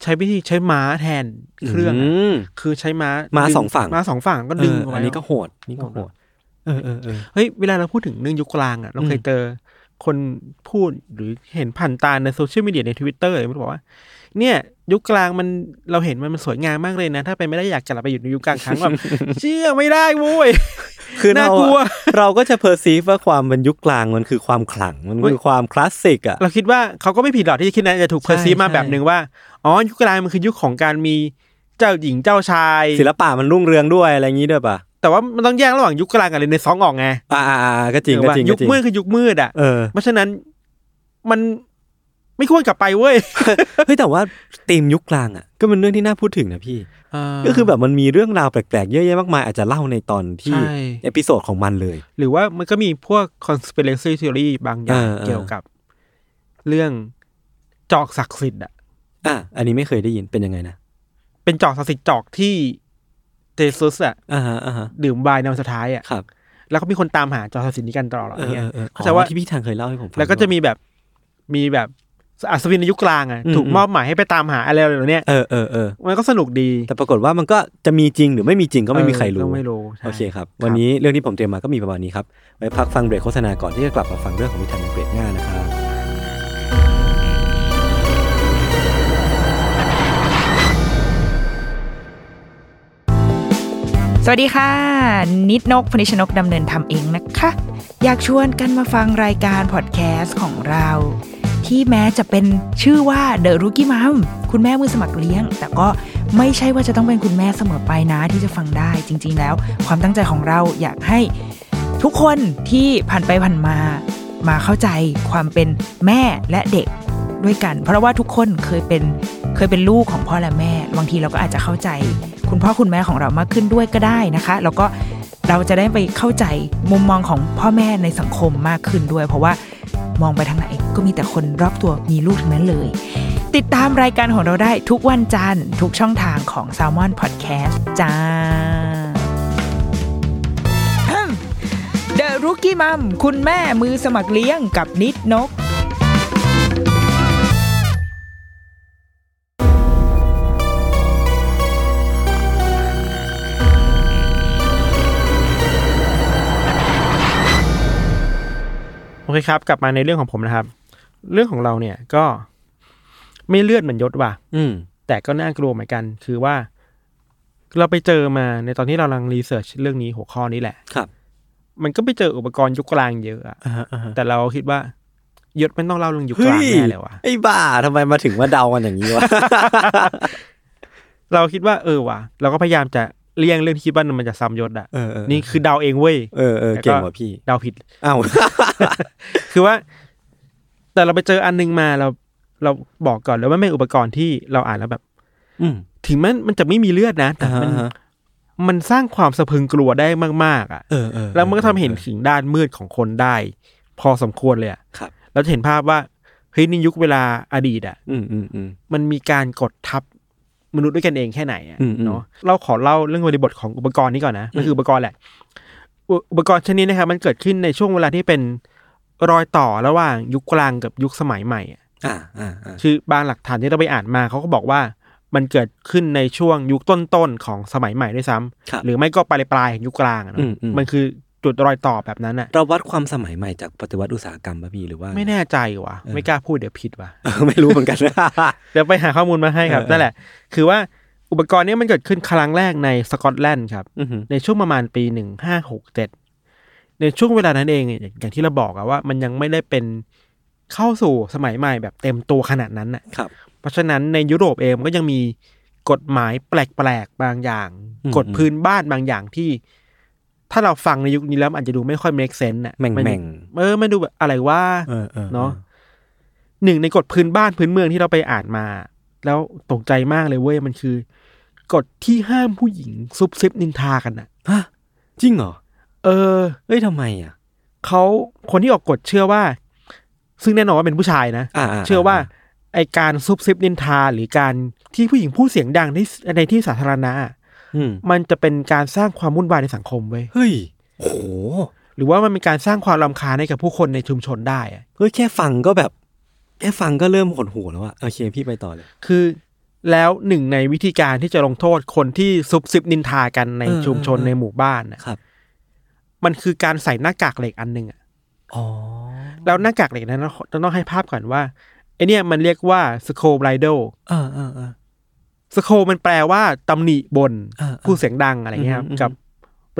C: ใช้วิธีใช้ม้าแทนเครื่องอะ
B: ม
C: คือใช้ม้า
B: ม้า
C: ดึ
B: สองฝั่ง
C: ม้าสองฝั่งก็ดึง
B: เออ
C: เาไว้
B: อันนี้ก็โหดนี่ก็โหดเออเออเออ
C: เฮ้ยเวลาเราพูดถึงเรื่องยุคกลางอ่ะเราเคย
B: อืม
C: เจอคนพูดหรือเห็นผ่านตาในโซเชียลมีเดียในทวิตเตอร์มันบอกว่า เนี่ย ยุคกลางมันเราเห็นมันมันสวยงามมากเลยนะ ถ้าเป็นไม่ได้อยากกลับไปอยู่ในยุคกลางครั้งแบบ เชื่อไม่ได้โว้ย
B: คือ
C: น่า
B: เรา
C: กลัว
B: อะเราก็จะเพอร์ซีฟว่าความเป็นยุคกลางมันคือความขลังมันคือความคลาสสิกอ่ะ
C: เราคิดว่าเขาก็ไม่ผิดหรอกที่จะคิดนะจะถูก
B: ใช่
C: เพอร์ซีฟมา
B: ใช่
C: แบบหนึ่งว่า อ๋อ ยุคกลางมันคือยุคของการมี เจ้าหญิงเจ้าชาย
B: ศิลปะมันรุ่งเรืองด้วยอะไรอย่างนี้ด้วยป่ะ
C: แต่ว่ามันต้องแยกระหว่างยุคกลางกับเรเนซองส์ออกไง
B: อ่าอ่าอ่าก็จริง
C: เออ
B: ก็
C: ว่า
B: จริง
C: ยุ
B: ก็
C: ค
B: จริง
C: มืดคือยุคมืดอ่ะ
B: เออ
C: เพราะฉะนั้นมันไม่ควรกลับไปเว้ย
B: เฮ้ยแต่ว่าธีมยุคกลางอ่ะก็เป็นเรื่องที่น่าพูดถึงนะพี่ ก็คือแบบมันมีเรื่องราวแปลกๆ เยอะแยะมากมายอาจจะเล่าในตอนที่
C: ใช่
B: เอพิโซดของมันเลย
C: หรือว่ามันก็มีพวก conspiracy theory บางอย่าง
B: เออเออ
C: เกี่ยวกับ เรื่องจอกศักดิ์สิทธิ์อ่ะ
B: อ่ะอันนี้ไม่เคยได้ยินเป็นยังไงนะ
C: เป็นจอกศักดิ์สิทธิ์จอกที่เจซุสอ่ะ
B: อ่าฮะอ่าฮะ
C: ดื่มไวน์ในวันสุดท้ายอ่ะ
B: ครับ
C: แล้วก็มีคนตามหาจอกศักดิ์สิทธิ์นี้กันตลอด
B: เออ
C: เนี่ย
B: เออเออ
C: เข้าใจว่า
B: อ๋อที่พี่ทางเคยเล่าให้ผมฟัง
C: แล้วก็จะมีแบบมีแบบอัศวินในยุคกลางอ่ะ
B: อืม
C: ถูก
B: อืม
C: มอบหมายให้ไปตามหาอะไรเหล่าเนี้ย
B: เออเออเออ
C: มันก็สนุกดี
B: แต่ปรากฏว่ามันก็จะมีจริงหรือไม่มีจริงก็ไม่มีใครรู้
C: ก็ไม่รู้ใช่
B: โอเคครับ วันนี้เรื่องที่ผมเตรียมมาก็มีประมาณนี้ครับ ไว้พักฟังเบรกโฆษณาก่อนที่จะกลับมาฟังเรื่องของวิถีเบรกหน้านะครับ
D: สวัสดีค่ะ นิดนกพนิชนกดำเนินทำเองนะคะ อยากชวนกันมาฟังรายการพอดแคสต์ของเรา ที่แม้จะเป็นชื่อว่า The Rookie Mom คุณแม่มือสมัครเลี้ยง แต่ก็ไม่ใช่ว่าจะต้องเป็นคุณแม่เสมอไปนะที่จะฟังได้จริง ๆ แล้ว ความตั้งใจของเราอยากให้ ทุกคนที่ผ่านไปผ่านมา มาเข้าใจความเป็นแม่และเด็กด้วยกัน เพราะว่าทุกคนเคยเป็นเคยเป็นลูกของพ่อและแม่ บางทีเราก็อาจจะเข้าใจ คุณพ่อคุณแม่ของเรามากขึ้นด้วยก็ได้นะคะ แล้วก็เราจะได้ไปเข้าใจมุมมองของพ่อแม่ในสังคมมากขึ้นด้วย เพราะว่ามองไปทางไหนก็มีแต่คนรอบตัวมีลูกทั้งนั้นเลย ติดตามรายการของเราได้ทุกวันจันทร์ทุกช่องทางของ s a l m o n Podcast จ้า The Rookie Mom คุณแม่มือสมัครเลี้ยงกับนิดนก
C: โอเคครับ กลับมาในเรื่องของผมนะครับ เรื่องของเราเนี่ยก็ไม่เลือดเหมือนยศว่ะ
B: อืม
C: แต่ก็น่ากลัวเหมือนกัน คือว่า เราไปเจอมาในตอนที่เรากำลังรีเสิร์ชเรื่องนี้หัวข้อนี้แหละ
B: ครับ
C: มันก็ไปเจออุปกรณ์ยุคกลางเยอะอะ
B: อ่าฮะอ่าฮะ
C: แต่เราคิดว่ายศมันต้องเล่าเรื่องยุคกลาง
B: เฮ้
C: แน่
B: ย
C: เลยว่ะ
B: ไอ้บ้าทำไมมาถึงว่าเดากันอย่างนี้วะ
C: เราคิดว่าเออว่ะเราก็พยายามจะเลี่ยงเรื่องที่คิดว่ามันจะซ้ำยศอะ
B: เออเออ
C: นี่คือเดาเองเว้ย
B: เออเออ
C: แล้วก็
B: เก่งว่ะพี่
C: เดาผิด
B: อ้าว
C: คือว่า แต่เราไปเจออันนึงมาเรา เราบอกก่อนแล้วว่าไม่เป็นอุปกรณ์ที่เราอ่านแล้วแบบ
B: อืม
C: ถึงแม้มันจะไม่มีเลือดนะ แต่
B: อ่าฮะ
C: มัน
B: อ่าฮะ
C: มันสร้างความสะพรึงกลัวได้มากๆอ่ะ
B: เออเออ
C: แล้วมันก็ทำให้เห็น
B: ออ
C: ถึงด้านมืดของคนได้ พอสมควรเลยอ่ะ
B: ครับ
C: เราจะเห็นภาพว่าเฮ้ยในยุคเวลาอดีตอ่ะ
B: อืมอืมอืม
C: มันมีการกดทับมนุษย์ด้วยกันเองแค่ไหนอะ
B: อืมอืม
C: เนาะเราขอเล่าเรื่องบริบทของอุปกรณ์นี้ก่อนนะมันคืออุปกรณ์แหละอุอุปกรณ์ชนิดนี้นะครับมันเกิดขึ้นในช่วงเวลาที่เป็นรอยต่อระหว่างยุคกลางกับยุคสมัยใหม่อะ
B: อ่าอ่าอ่า
C: คือบางหลักฐานที่เราไปอ่านมาเขาก็บอกว่ามันเกิดขึ้นในช่วงยุคต้นๆของสมัยใหม่ด้วยซ้ำ
B: ครับ
C: หรือไม่ก็ปลายปลายๆของยุคกลางอะเนอะ
B: อืมอืม
C: มันคือจุดรอยต่อแบบนั้นอะ
B: เราวัดความสมัยใหม่จากปฏิวัติอุตสาหกรรมป่ะพี่หรือว่า
C: ไม่แน่ใจว่ะ
B: เออ
C: ไม่กล้าพูดเดี๋ยวผิดว่ะ
B: เออไม่รู้เหมือนกัน
C: เดี๋ยวไปหาข้อมูลมาให้ครับ
B: เออ
C: นั่นแหละ คือว่าอุปกรณ์เนี้มันเกิดขึ้นครั้งแรกในส กอตแลนด์ครับ
B: อือหือ
C: ในช่วงประมาณปีหนึ่งห้าหกเจ็ดในช่วงเวลานั้นเองเนี่ยอย่างอย่างที่เราบอกอะว่า มันยังไม่ได้เป็นเข้าสู่สมัยใหม่แบบเต็มตัวขนาดนั้นอะ
B: ครับ
C: เพราะฉะนั้นในยุโรปเองมันก็ยังมีกฎหมายแปลกๆบางอย่าง
B: อืม
C: กฎพื้นบ้านบางอย่างที่ ถ้าเราฟังในยุคนี้แล้วมันอาจจะดูไม่ค่อย make sense อะ
B: แม่งๆ
C: นเออมันดูแบบอะไรว่า
B: เออเออ
C: เนาะหนึ่งในกฎพื้นบ้านพื้นเมืองที่เราไปอ่านมา แล้วตกใจมากเลยเว้ย มันคือกฎที่ห้ามผู้หญิงซุบซิบนินทากันอ่ะ
B: ฮะจริงเหรอ
C: เออ
B: เอ้ยทำไมอ่ะ
C: เขาคนที่ออกกฎเชื่อว่า ซึ่งแน่นอนว่าเป็นผู้ชายนะ
B: อ่าๆๆ
C: เชื่อว่าไอการซุบซิบนินทาหรือการที่ผู้หญิงพูดเสียงดังในในที่สาธารณะอะ
B: อืม
C: มันจะเป็นการสร้างความวุ่นวายในสังคมเว้ย
B: เฮ้ยโอ้โห
C: หรือว่ามันเป็นการสร้างความรำคาญให้กับผู้คนในชุมชนได้อะ
B: เฮ้ยแค่ฟังก็แบบ แค่ฟังก็เริ่มหดหูแล้วอะโอเคพี่ไปต่อเลย
C: คือแล้วหนึ่งในวิธีการที่จะลงโทษคนที่ซุบซิบนินทากันใน
B: เออ
C: ชุมชน
B: เออ
C: ในหมู่บ้านน่ะ
B: ครับ
C: มันคือการใส่หน้ากากเหล็กอันหนึ่งอะ
B: อ๋อ
C: แล้วหน้ากากเหล็กนั้นเราต้องให้ภาพก่อนว่าไอเนี่ยมันเรียกว่าสโคไบโด
B: อ่าอ่าอ่า
C: สโคมันแปลว่าตำหนิบน
B: เออเออ
C: ผู้เสียงดังอะไรเงี้ยครับ
B: อืมอืม
C: กับ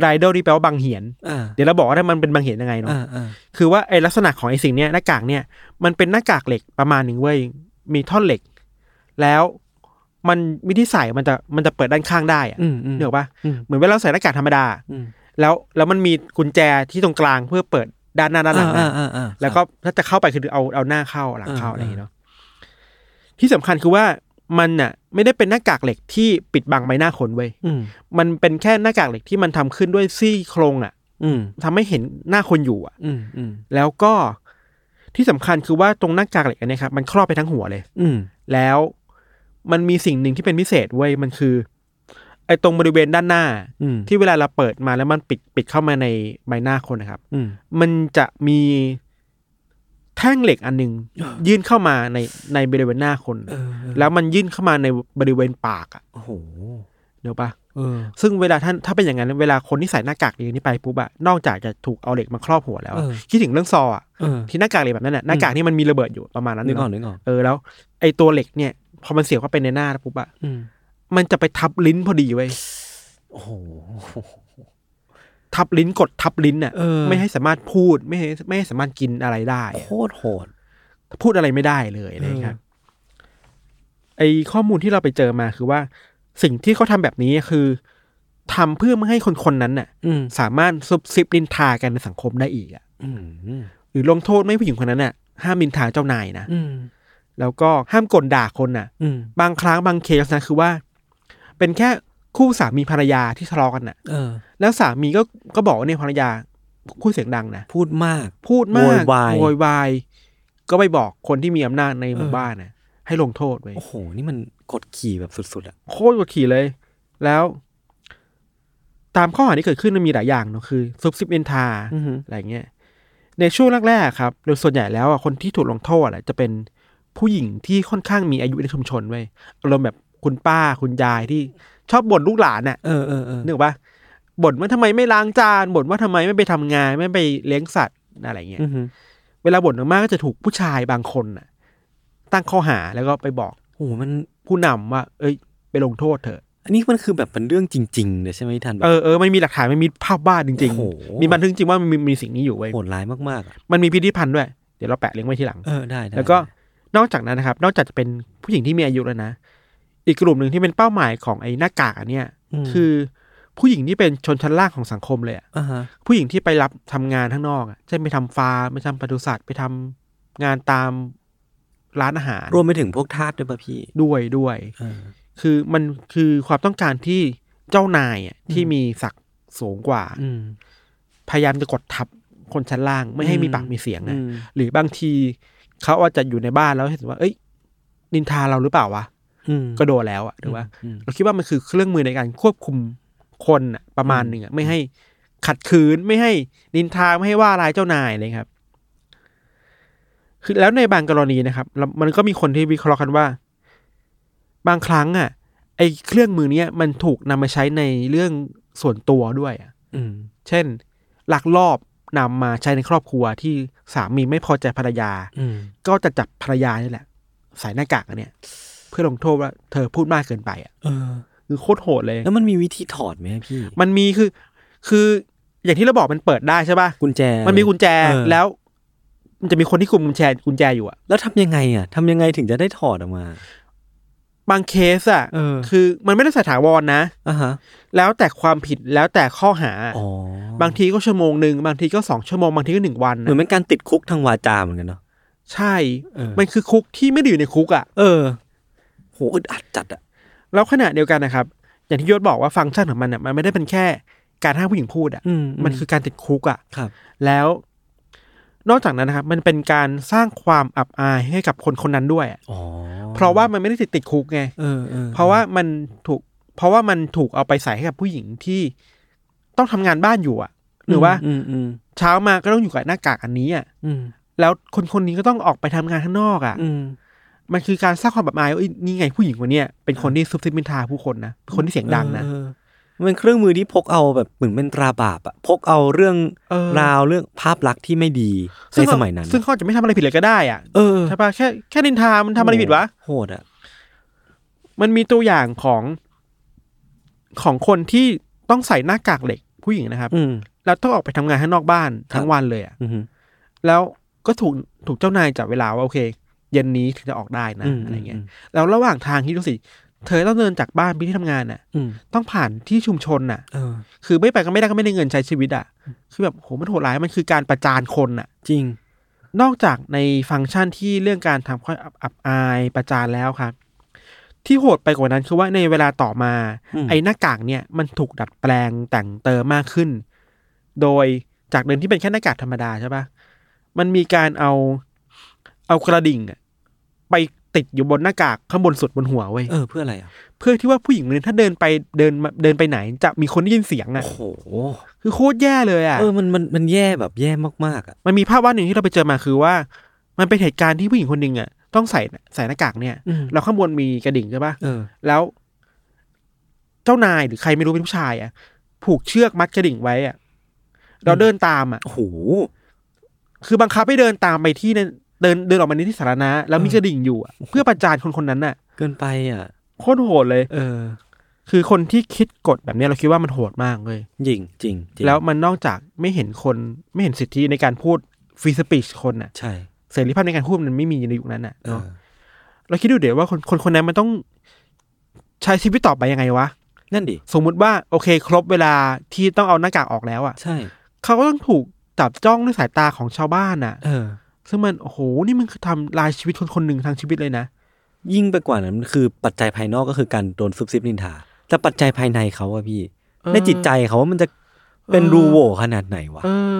C: ไบโดที่แปลว่าบังเหียน
B: อ่า
C: เดี๋ยวเราบอกว่าถ้ามันเป็นบังเหียนยังไงเนาะ
B: อ่าอ่า
C: คือว่าไอลักษณะของไอสิ่งเนี้ยหน้ากากเนี่ยมันเป็นหน้ากากเหล็กประมาณหนึ่งเว้ยมีท่อนเหล็ก แล้ว มันวิธีใส่มันจะมันจะเปิดด้านข้างได้อะ
B: อืมอืม
C: เนกออกปะ
B: อืม
C: เหมือนเวลาเราใส่หน้ากากธรรมดา
B: อืม
C: แล้วแล้วมันมีกุญแจที่ตรงกลางเพื่อเปิดด้านหน้าด้านหลังนะ
B: อ่าอ่าอ่า
C: แล้วก็ถ้าจะเข้าไปคือเอาเอาหน้าเข้าหลังเข้า
B: อ่า
C: อะไรอย่างงี้เนาะที่สำคัญคือว่ามันน่ะ ไม่ได้เป็นหน้ากากเหล็กที่ปิดบังใบหน้าคนเว้ย
B: อืม
C: มันเป็นแค่หน้ากากเหล็กที่มันทำขึ้นด้วยซี่โครงอ่ะ
B: อืม
C: ทำให้เห็นหน้าคนอยู่อ่ะ
B: อืมอืม
C: แล้วก็ที่สำคัญคือว่าตรงหน้ากากเหล็กอันเนี้ยครับมันครอบไปทั้งหัวเลย
B: อืม
C: แล้วมันมีสิ่งหนึ่งที่เป็นพิเศษเว้ยมันคือ ไอ้ตรงบริเวณด้านหน้า
B: อืม
C: ที่เวลาเราเปิดมาแล้วมันปิดปิดเข้ามาในใบหน้าคนนะครับ
B: อืม
C: มันจะมีแท่งเหล็กอันหนึ่งยื่นเข้ามาในในบริเวณหน้าคน
B: เออเออ
C: แล้วมันยื่นเข้ามาในบริเวณปากอะ
B: โอ้โห
C: เดี๋ยวปะ
B: เออ
C: ซึ่งเวลาท่านถ้าเป็นอย่างนั้นเวลาคนที่ใส่หน้ากากอย่างนี้ไปปุ๊บอะนอกจากจะถูกเอาเหล็กมาครอบหัวแล้วอะคิดถึงเรื่องซออะ
B: เออ
C: ที่หน้ากากเหล็กแบบนั้นน่ะหน้ากากนี่มันมีระเบิดอยู่ประมาณนั้น
B: นึกออก
C: เะ
B: นึกออก
C: เออแล้ว ไอตัวเหล็กเนี่ยพอมันเสียบเข้าไปในหน้าแล้วปุ๊บอะ
B: อืม
C: มันจะไปทับลิ้นพอดีเว้ย
B: โอ้โห
C: ทับลิ้นกดทับลิ้นอะ
B: เออ
C: ไม่ให้สามารถพูดไม่ให้ไม่ให้สามารถกินอะไรได้อะ
B: โคตรโหด
C: พูดอะไรไม่ได้เลยอะไรอย่างเลยครับ ไอข้อมูลที่เราไปเจอมาคือว่า สิ่งที่เขาทำแบบนี้คือทำเพื่อไม่ให้คนคนๆนั้นน่ะ
B: อืม
C: สามารถซุบซิบดินทากันในสังคมได้อีกอะ
B: อืม
C: หรือลงโทษไม่ให้ผู้หญิงคนนั้นน่ะห้ามดินทาเจ้านายนะ
B: อืม
C: แล้วก็ห้ามกลด่าคนน่ะ
B: อืม
C: บางครั้งบางเคสนะคือว่า เป็นแค่คู่สามีภรรยาที่ทะเลาะกันน่ะ
B: เออ
C: แล้วสามีก็ก็บอกว่าเนี่ยภรรยาพูดเสียงดังนะ
B: พูดมาก
C: พูดมาก
B: โวยวาย
C: โวยวายก็ไปบอกคนที่มีอำนาจในหมู่บ้านนะให้ลงโทษไว้ย
B: โอ้โห นี่มันกดขี่แบบสุดๆอ่ะ
C: โคตรกดขี่เลย แล้ว ตามข้อหาที่เกิดขึ้นมันมีหลายอย่างเนอะคือซุบซิบเอนทา
B: อือฮึ
C: อะไรเงี้ยในช่วงแรกๆครับโดยส่วนใหญ่แล้วอ่ะคนที่ถูกลงโทษอ่ะจะเป็นผู้หญิงที่ค่อนข้างมีอายุในชุมชนเว้ยอารมณ์แบบคุณป้าคุณยายที่ชอบบ่นลูกหลานน่ะ
B: เออเออเออ
C: นึกออกปะบ่นว่าทำไมไม่ล้างจานบ่นว่าทำไมไม่ไปทำงาน ไม่ไปเลี้ยงสัตว์อะไรเงี้ย
B: อือฮึ
C: เวลาบ่นออกมากๆก็จะถูกผู้ชายบางคนน่ะ ตั้งข้อหาแล้วก็ไปบอก
B: โอ้โหมัน
C: ผู้นำว่า เอ้ย ไปลงโทษเถอะ
B: อันนี้มันคือแบบเป็นเรื่องจริงๆเลยใช่ไหมพี่ทันแบบ
C: เออเออมันมีหลักฐาน มันมีภาพวาดจริง
B: โอ้โห
C: ๆ มีบันทึกจริงว่ามันมีมีสิ่งนี้อยู่เว้ย
B: โหดร้ายมากๆอ่ะ
C: มันมีพิพิธภัณฑ์ด้วย เดี๋ยวเราแปะลิงก์ไว้ทีหลัง
B: เออได้ได้
C: แล้วก็นอกจากนั้นนะครับ นอกจากจะเป็นผู้หญิงที่มีอายุแล้วนะ อีกกลุ่มหนึ่งที่เป็นเป้าหมายของไอ้หน้ากากอันเนี้ยคืออผู้หญิงที่เป็นชนชั้นล่างของสังคมเลยอะ
B: อ่าฮะ
C: ผู้หญิงที่ไปรับทำงานข้างนอกอะเช่นไปทำฟาร์มไปทำปศุสัตว์ไปทำงานตามร้านอาหาร
B: รวมไปถึงพวกทาสด้วยป่ะพี่
C: ด้วยด้วย
B: เออ
C: คือมันคือความต้องการที่เจ้านายอะที่
B: อืม
C: มีศักดิ์สูงกว่า
B: อืม
C: พยายามจะกดทับคนชั้นล่างไม่ให้
B: อืม
C: มีปากมีเสียง
B: อื
C: นะ
B: ม
C: หรือบางทีเขาอาจจะอยู่ในบ้านแล้วเห็นว่า เอ้ย นินทาเราหรือเปล่าวะ
B: อืม
C: ก็โดนแล้วอะหรือว่า
B: อืม
C: เราคิดว่ามันคือเครื่องมือในการควบคุมคนอะประมาณหนึ่งอะไม่ให้ขัดขืนไม่ให้นินทาไม่ให้ว่าร้ายเจ้านายเลยครับ คือแล้วในบางกรณีนะครับแล้วมันก็มีคนที่วิเคราะห์กันว่า บางครั้งอะไอเครื่องมือเนี้ยมันถูกนำมาใช้ในเรื่องส่วนตัวด้วยอะ
B: อืม
C: เช่นลักลอบนำมาใช้ในครอบครัวที่สามีไม่พอใจภรรยา
B: อืม
C: ก็จะจับภรรยานี่แหละ ใส่หน้ากากอันเนี่ย เพื่อลงโทษว่าเธอพูดมากเกินไปอ่ะ
B: เออ
C: คือโคตรโหดเลย
B: แล้วมันมีวิธีถอดไหมพี่
C: มันมีคือ คืออย่างที่เราบอกมันเปิดได้ใช่ป่ะ
B: กุญแจ
C: มันมีกุญแจ
B: เออ
C: แล้ว มันจะมีคนที่คุมกุญแจกุญแจอยู่อ่ะ
B: แล้วทำยังไงอ่ะทำยังไงถึงจะได้ถอดออกมา
C: บางเคสอ่ะ
B: เออ
C: คือมันไม่ได้ใส่ถาวรนะ
B: อ่าฮะ
C: แล้วแต่ความผิดแล้วแต่ข้อหา
B: อ๋อบ
C: างทีก็ชั่วโมงหนึ่งบางทีก็สองชั่วโมงบางทีก็หนึ่งวัน
B: เหมือน
C: นะ
B: เป็นการติดคุกทางวาจาเหมือนกันเนาะ
C: ใช่
B: เออ
C: มันคือคุกที่ไม่ได้อยู่ในคุกอ่ะ
B: เออโหอึดอัดจัดอ่ะ
C: แล้วขณะเดียวกันนะครับ อย่างที่ยศบอกว่าฟังก์ชันของมันอ่ะมันไม่ได้เป็นแค่การห้ามผู้หญิงพูดอ่ะ
B: อืม
C: มันคือการติดคุกอ่ะ
B: ครับ
C: แล้ว นอกจากนั้นนะครับ มันเป็นการสร้างความอับอายให้กับคนคนนั้นด้วยอะ
B: อ๋อ
C: เพราะว่ามันไม่ได้ติดติดคุกไง
B: เออออ
C: เพราะว่ามันถูก เพราะว่ามันถูกเอาไปใส่ให้กับผู้หญิงที่ต้องทำงานบ้านอยู่อ่ะ หรือว่า
B: อืมอืม
C: เช้ามาก็ต้องอยู่กับหน้ากากอันนี้อ่ะ
B: อืม
C: แล้วคนคนนี้ก็ต้องออกไปทำงานข้างนอกอ่ะ
B: อืม
C: มันคือการสร้างความอับอายว่าเอ้ยนี่ไงผู้หญิงคนเนี้ยเป็นคนที่ซุบซิบมินทาผู้คนนะเป็นคนที่เสียงดังนะ
B: เออมันเป็นเครื่องมือที่พกเอาแบบเหมือนเป็นตราบาปอ่ะพกเอาเรื่อง
C: เออ
B: ราวเรื่องภาพลักษณ์ที่ไม่ดีใน
C: ซึ่ง
B: สมัยนั้น
C: ซึ่งเขาอาจจะไม่ทำอะไรผิดเลยก็ได้อ่ะ
B: เออ
C: ใช่ปะแค่แค่นินทามันทำอะไรผิดวะ
B: โหดอ่ะ
C: มันมีตัวอย่างของของคนที่ต้องใส่หน้ากากเหล็กผู้หญิงนะครับ
B: อืม
C: แล้วต้องออกไปทำงานข้างนอกบ้านทั้งวันเลยอ่ะ
B: อืม
C: แล้วก็ถูกถูกเจ้านายจับเวลาว่าโอเค เย็นนี้ถึงจะออกได้นะ
B: อืม
C: อะไรเงี้
B: อื
C: ย
B: ม
C: แล้วระหว่างทางที่ดูสิ เธอต้องเดินจากบ้านไปที่ทำงานน่ะ
B: อืม
C: ต้องผ่านที่ชุมชนน่ะ
B: เออ
C: คือไม่ไปก็ไม่ได้ก็ไม่ได้เงินใช้ชีวิตอ่ะ คือแบบโหมันโหดร้ายมันคือการประจานคนน่ะ
B: จริง
C: นอกจากในฟังก์ชันที่เรื่องการทำข้ออับอับอายประจานแล้วครับ ที่โหดไปกว่านั้นคือว่าในเวลาต่อมา
B: อืม
C: ไอ้หน้ากากเนี่ยมันถูกดัดแปลงแต่งเติมมากขึ้น โดยจากเดิมที่เป็นแค่หน้ากากธรรมดาใช่ปะมันมีการเอาเอากระดิ่งอะไปติดอยู่บนหน้ากากข้างบนสุดบนหัวเว้ย
B: เออเพื่ออะไรอ่ะ
C: เพื่อที่ว่าผู้หญิงคนนี้ถ้าเดินไปเดินมาเดินไปไหน จะมีคนได้ยินเสียงอะ
B: โอ้โห
C: คือโคตรแย่เลยอะ
B: เออมันมันมันแย่แบบแย่มากๆอ่ะ
C: มันมีภาพวาดหนึ่งที่เราไปเจอมาคือว่า มันเป็นเหตุการณ์ที่ผู้หญิงคนหนึ่งอ่ะต้องใส่ใส่หน้ากากเนี่ย
B: อืม
C: แล้วข้างบนมีกระดิ่งใช่ปะ
B: เออ
C: แล้วเจ้านายหรือใครไม่รู้เป็นผู้ชายอ่ะ ผูกเชือกมัดกระดิ่งไว้อ่ะเราเดินตามอ่ะ
B: โอ้โห
C: คือบังคับให้เดินตามไปที่ในเดินเดินออกมาในที่สาธารณะแล้วมีกระดิ่งอยู่อะเพื่อประจานคนคนนั้นน่ะ
B: เกินไปอ่ะ
C: โคตรโหดเลย
B: เออ
C: คือคนที่คิดกฎแบบเนี้ยเราคิดว่ามันโหดมากเลย
B: จริงจริงจริง
C: แล้วมันนอกจากไม่เห็นคนไม่เห็นสิทธิในการพูดฟรีสปีชคนอ่ะ
B: ใช่
C: เสรีภาพในการพูดมันไม่มีในยุคนั้นอ่ะ
B: เอ
C: เนาะ
B: อ
C: เราคิดดูเดี๋ยวว่าคนคนคนนั้นมันต้องใช้ชีวิตต่อไปยังไงวะ
B: นั่นดิ
C: สมมุติว่าโอเค ครบเวลาที่ต้องเอาหน้ากากออกแล้วอะ่ะ
B: ใช่
C: เขาก็ต้องถูกจับจ้องด้วยสายตาของชาวบ้านน่ะ
B: เออ
C: ซึ่งมันโอ้โหนี่มันคือทำลายชีวิตคนคนหนึ่งทางชีวิตเลยนะ
B: ยิ่งไปกว่านั้นคือปัจจัยภายนอกก็คือการโดนซุบซิบนินทา แต่ปัจจัยภายในเขาอะพี่
C: เออ
B: ในจิตใจเขาว่ามันจะเป็น
C: เออ
B: รูโหวขนาดไหนวะ
C: เออ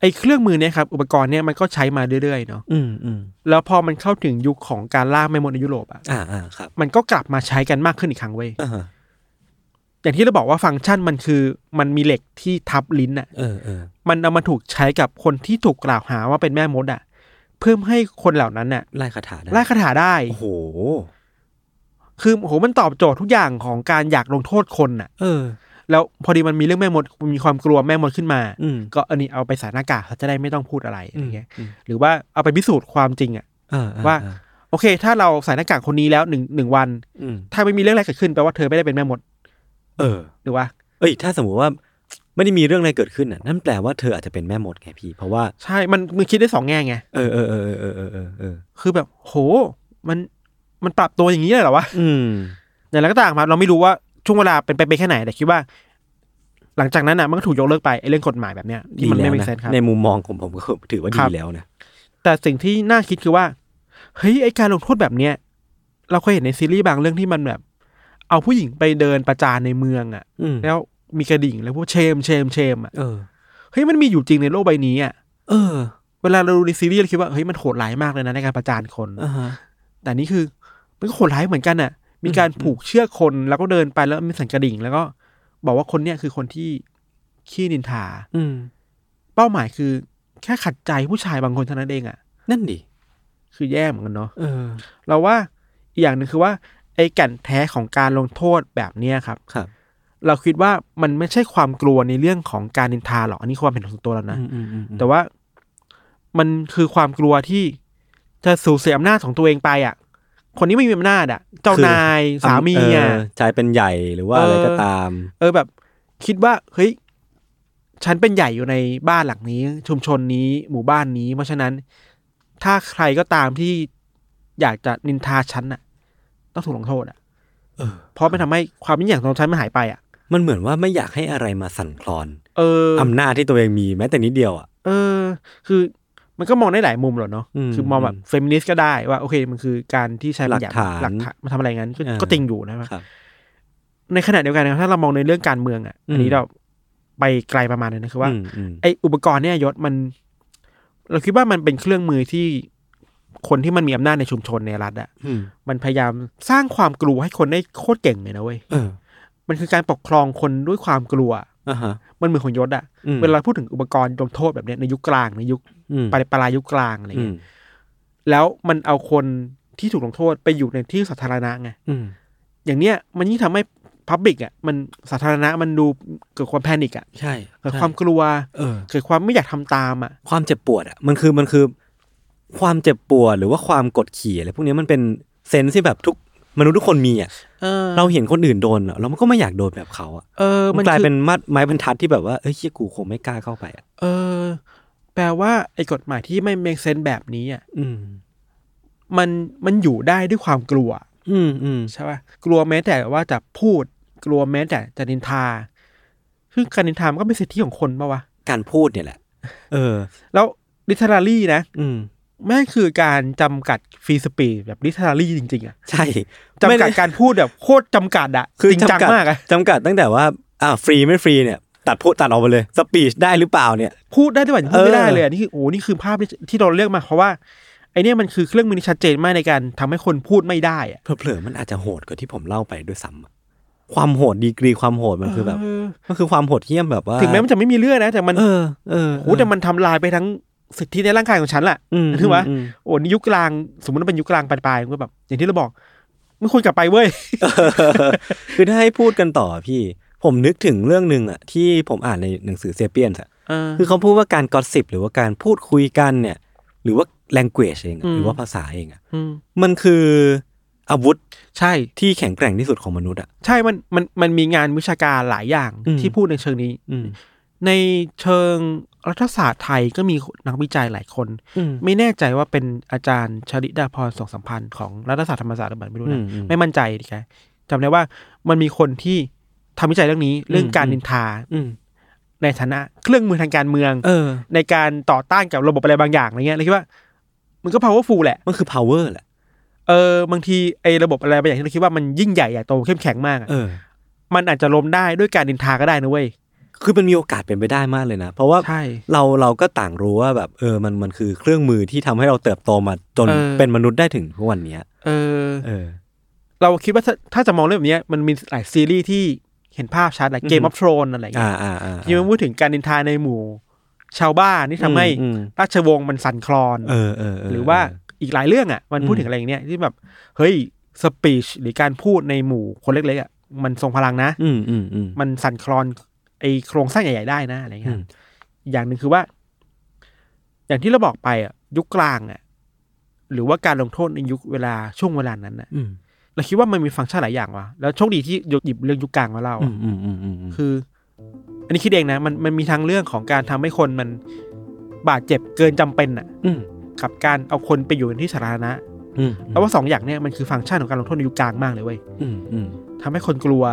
C: ไอเครื่องมือเนี่ยครับ อุปกรณ์เนี่ยมันก็ใช้มาเรื่อยๆเนาะ
B: อืมอืม
C: แล้วพอมันเข้าถึงยุคของการล่าแม่มดในยุโรปอะ่ะ
B: อ่าอ่าครับ
C: มันก็กลับมาใช้กันมากขึ้นอีกครั้งเว้ย
B: อ่าฮะ
C: อย่างที่เราบอกว่าฟังก์ชันมันคือมันมีเหล็กที่ทับลิ้นอ่ะ
B: เออเออ
C: มันเอามาถูกใช้กับคนที่ถูกกล่าวหาว่าเป็นแม่มดอ่ะ เพื่อให้คนเหล่านั้นน่ะ
B: ไล่คาถาได้
C: ไล่คาถาได้
B: โอ้โห
C: คือโอ้โหมันตอบโจทย์ทุกอย่างของการอยากลงโทษคนน่ะ
B: เออ
C: แล้วพอดีมันมีเรื่องแม่มดมีความกลัวแม่มดขึ้นมา
B: อืม
C: ก็อันนี้เอาไปใส่หน้ากากเขาจะได้ไม่ต้องพูดอะไรอะไรเงี้ย
B: อืมอืม
C: หรือว่าเอาไปพิสูจน์ความจริงอ่ะ
B: เออเออ
C: ว่า
B: เออ
C: โอเค ถ้าเราใส่หน้ากากคนนี้แล้วหนึ่งหนึ่งวัน
B: อืม
C: ถ้าไม่มีเรื่องอะไรเกิดขึ้นแปลว่าเธอไม่ได้เป็นแม่มด
B: เออ
C: หรือว่า
B: เอ้ย ถ้าสมมุติว่าไม่ได้มีเรื่องอะไรเกิดขึ้นน่ะ นั่นแปลว่าเธออาจจะเป็นแม่มดไงพี่ เพราะว่า
C: ใช่มันมันคิดได้สองแง่ไง
B: เออเออเออเออเออเออเออ
C: คือแบบโห มันมันปรับตัวอย่างนี้เลยเหรอวะ
B: อืม
C: อย่างไรก็ตามครับเราไม่รู้ว่าช่วงเวลาเป็นไปไปแค่ไหนแต่คิดว่า หลังจากนั้นน่ะมันก็ถูกยกเลิกไปไอ้เรื่องกฎหมายแบบเนี้ยที่มันไม่มี
B: ดีแล้วะ
C: เซนครับ
B: ในมุมมองของผมก็ถือว่า
C: ครั
B: ดี
C: บ
B: แล้วนะ
C: แต่สิ่งที่น่าคิดคือว่าเฮ้ยไอ้การลงโทษแบบเนี้ยเราเคยเห็นในซีรีส์บางเรื่องที่มันแบบ เอาผู้หญิงไปเดินประจานในเมืองอ่ะ
B: อืม
C: แล้วมีกระดิ่งแล้วพวกเชมเชมเชมอ่ะ
B: เออ
C: เฮ้ยมันมีอยู่จริงในโลกใบนี้อ่ะ
B: เออ
C: เวลาเราดูในซีรีส์เราคิดว่าเฮ้ยมันโหดร้ายมากเลยนะในการประจานคน
B: อ่าฮะ
C: แต่นี่คือมันก็โหดร้ายเหมือนกันน่ะ มีการผูกเชือกคนแล้วก็เดินไปแล้วมีสันกระดิ่ง แล้วก็บอกว่าคนเนี้ยคือคนที่ขี้นินทา
B: อืม
C: เป้าหมายคือ แค่ขัดใจผู้ชายบางคนเท่านั้นเองอะ่ะ
B: นั่นดิ
C: คือแย่เหมือนกันเนาะ
B: เออ
C: เราว่าอีกอย่างหนึ่งคือว่า ไอ้แก่นแท้ของการลงโทษแบบเนี้ยครับ
B: ครับ
C: เราคิดว่ามันไม่ใช่ความกลัวในเรื่องของการนินทาหรอกอันนี้ความเห็นของส่วนตัวแล้วนะ
B: อืมอืมอืมอืม
C: แต่ว่ามันคือความกลัวที่จะสูญเสียอำนาจของตัวเองไปอะ่ะ คนนี้ไม่มีอำนาจอะ่ะ เจ้านายสามี
B: เ
C: อ่ะ
B: ชายเป็นใหญ่หรือว่าอะไรก็ตาม
C: เออแบบคิดว่าเฮ้ยฉันเป็นใหญ่อยู่ในบ้านหลังนี้ ชุมชนนี้หมู่บ้านนี้ เพราะฉะนั้น ถ้าใครก็ตามที่อยากจะนินทาฉันน่ะ ต้องถูกลงโทษอ่ะ
B: เออ
C: เพราะมันทำให้ความยิ่งใหญ่ของฉันมันหายไปอ่ะ
B: มันเหมือนว่าไม่อยากให้อะไรมาสั่นคลอน
C: เออ
B: อำนาจที่ตัวเองมีแม้แต่นิดเดียวอ่ะ
C: เออ คือมันก็มองได้หลายมุมหรอเนาะ
B: อืม
C: คือมองแบบเฟมินิสต์ก็ได้ว่าโอเค มันคือการที่ใช้บัญญัติ
B: หลักฐาน
C: หลักฐานมาทำอะไรงั้นก็
B: เออ
C: ก็จริงอยู่นะครับ
B: ครับ
C: ในขณะเดียวกันนะครับถ้าเรามองในเรื่องการเมืองอ่ะอันนี้
B: อืม
C: เราไปไกลประมาณนึงนะคือว่า
B: อืมอืม
C: ไออุปกรณ์เนี่ยยศมัน เราคิดว่ามันเป็นเครื่องมือที่คนที่มันมีอำนาจในชุมชนในรัฐอะ
B: อืม
C: มันพยายามสร้างความกลัวให้คนได้โคตรเก่งเลยนะเว้ย
B: เออ
C: มันคือการปกครองคนด้วยความกลัว
B: อ่าฮะ
C: มันเหมือนของยศอะ
B: อืม
C: เวลาพูดถึงอุปกรณ์ลงโทษแบบเนี้ยในยุคกลางในยุค
B: อืม
C: ปลายปลายยุคกลางอะไร
B: อืม
C: เงี้ยแล้วมันเอาคนที่ถูกลงโทษไปอยู่ในที่สาธารณะไง
B: อืม
C: อย่างเนี้ยมันยิ่งทำให้พับบิกอะมันสาธารณะมันดูเกิดความแพนิคอะ
B: ใช่
C: เกิด
B: ใช่
C: ความกลัว
B: เออ
C: เกิดความไม่อยากทำตามอะ
B: ความเจ็บปวดอ่ะมันคือมันคือ ความเจ็บปวดหรือว่าความกดขี่อะไรพวกเนี้ยมันเป็นเซนส์ที่แบบทุกมนุษย์ทุกคนมีอ่ะเราเห็นคนอื่นโดนอะเราก็ไม่อยากโดนแบบเขาอ่ะ
C: เออ
B: มั
C: มัน น
B: กลาย
C: คือ
B: เป็นมัดไม้บรรทัดที่แบบว่าเอ้ยเฮียกูคงไม่กล้าเข้าไปอ่ะ
C: เออ แปลว่าไอ้กฎหมายที่ไม่เมกเซนแบบนี้อ่ะ
B: อืม
C: มันมันอยู่ได้ด้วยความกลัว
B: อืมอืม
C: ใช่ป่ะกลัวแม้แต่ว่าจะพูด กลัวแม้แต่จะนินทาซึ่งการนินทามันก็เป็นสิทธิของคนปะวะ
B: การพูดเนี่ยแหละ เออ
C: แล้วลิเทอรารี่นะ
B: อืม
C: แม่งคือการจำกัดฟรีสปีดแบบลิเทอรารี่จริง ๆอะ
B: ใช่
C: จำกัด
B: ไม่ไ
C: การพูดแบบโคตรจำกัดอะ
B: คือ
C: จริงจัง
B: จำกัด
C: มากอะ
B: จำกัดตั้งแต่ว่าอ่าฟรีไม่ฟรีเนี่ย ตัดพูดตัดออกไปเลยสปีชได้หรือเปล่าเนี่ย
C: พูดได้แต่ว่าพูดไม่ได้
B: เออ
C: เลยอะนี่คือโอ้นี่คือภาพที่ที่เราเลือกมาเพราะว่าไอเนี่ยมันคือเครื่องมือที่ชัดเจนมากในการทำให้คนพูดไม่ได้อะ
B: เผลอๆมันอาจจะโหดกว่าที่ผมเล่าไปด้วยซ้ำอะความโหดดีกรีความโหดมันคือแบบ
C: เออ
B: มันคือความโหดเหี้ยมแบบว่า
C: ถึงแม้มันจะไม่มีเรื่องนะ แต่มัน
B: เออเออ
C: โอ้แต่มันทำลายไปทั้งสิทธิในร่างกายของฉันแหละ
B: อืม
C: ถือว่า
B: ม
C: โอ้นี่ยุคกลางสมมติว่าเป็นยุคกลางปลายๆมันก็แบบ อย่างที่เราบอกไม่ควรกลับไปเว้ย
B: คือถ้าให้พูดกันต่อพี่ ผมนึกถึงเรื่องหนึ่งอะที่ผมอ่านในหนังสือเซเปียนอะคือเขาพูดว่าการกอสซิบหรือว่าการพูดคุยกันเนี่ย หรือว่า language เองอะ
C: อืม
B: หรือว่าภาษาเองอะ
C: ม
B: มันคืออาวุธ
C: ใช่
B: ที่แข็งแกร่งที่สุดของมนุษย์อะ
C: ใช่มันมันมันมีงานวิชาการหลายอย่าง
B: อืม
C: ที่พูดในเชิงนี้
B: อืม
C: ในเชิงรัฐศาสตร์ไทยก็มีนักวิจัยหลายคน ไม่แน่ใจว่าเป็นอาจารย์ชลิดาพรสองสัมพันธ์ของรัฐศาสตร์ธรรมศาสตร์หรือเปล่าไม่รู้นะ
B: อืมอืม
C: ไม่มั่นใจดิแกจำได้ว่ามันมีคนที่ทำวิจัยเรื่องนี้เรื่องการ
B: อืม
C: นินทา
B: อืม
C: ในฐานะเครื่องมือทางการเมือง
B: เออ
C: ในการต่อต้านกับระบบอะไรบางอย่างอะไรเงี้ยเลยคิดว่า มันก็ powerful แหละ
B: มันคือ power แหละ
C: เออบางทีไอ้ระบบอะไรบางอย่างที่เราคิดว่ามันยิ่งใหญ่ใหญ่โตเข้มแข็งมากอะ
B: เออ
C: มันอาจจะล้มได้ด้วยการดินทาก็ได้นะเว้ย
B: คือมันมีโอกาสเป็นไปได้มากเลยนะ เพราะว่า
C: ใช่
B: เราเราก็ต่างรู้ว่าแบบเออมันมันคือเครื่องมือที่ทำให้เราเติบโตมาจน
C: เออ
B: เป็นมนุษย์ได้ถึงทุกวันเนี้ย
C: เออ
B: เออ
C: เราคิดว่าถ้าถ้าจะมองเรื่องแบบเนี้ยมันมีหลายซีรีส์ที่เห็นภาพชัดแหละเกม
B: อื
C: อ
B: ม
C: อฟทรอนอะไร
B: อ่า
C: เงี้ย
B: อ่าอ่า
C: ที่มันพูดถึงการดินทาในหมู่ ชาวบ้านที่ทำให้
B: อืม
C: ราชวงศ์มันสั่นคลอน
B: เออเออเห
C: รือว่าอีกหลายเรื่องอ่ะ มันพูดถึงอะไรอย่างเนี้ยที่แบบเฮ้ยสปีชหรือการพูดในหมู่คนเล็กๆอ่ะมันทรงพลังนะ
B: อืมอืมอืม
C: มันสั่นคลอนไอโครงสร้างใหญ่ๆได้นะอะไรเงี้
B: อื
C: ย
B: ม
C: อย่างหนึ่งคือว่า อย่างที่เราบอกไปอ่ะยุคกลางอ่ะหรือว่าการลงโทษในยุคเวลาช่วงเวลานั้นน่ะ
B: อืม
C: เราคิดว่ามันมีฟังก์ชันหลายอย่างว่ะแล้วโชคดีที่ยกหยิบเรื่องยุคกลางมาเล่า
B: อื
C: อ่ะ
B: มอืมอืมอืมอืม
C: คือ อันนี้คิดเองนะมันมันมีทางเรื่องของการทำให้คนมันบาดเจ็บเกินจำเป็นอ่ะ
B: อืม
C: กับการเอาคนไปอยู่ในที่สาธารณะ
B: อืม
C: แล้วว่าสองอย่างเนี่ยมันคือฟังก์ชันของการลงโทษในยุคกลางมากเลยเว้ย
B: อืมอืม
C: ทำให้คนกลัว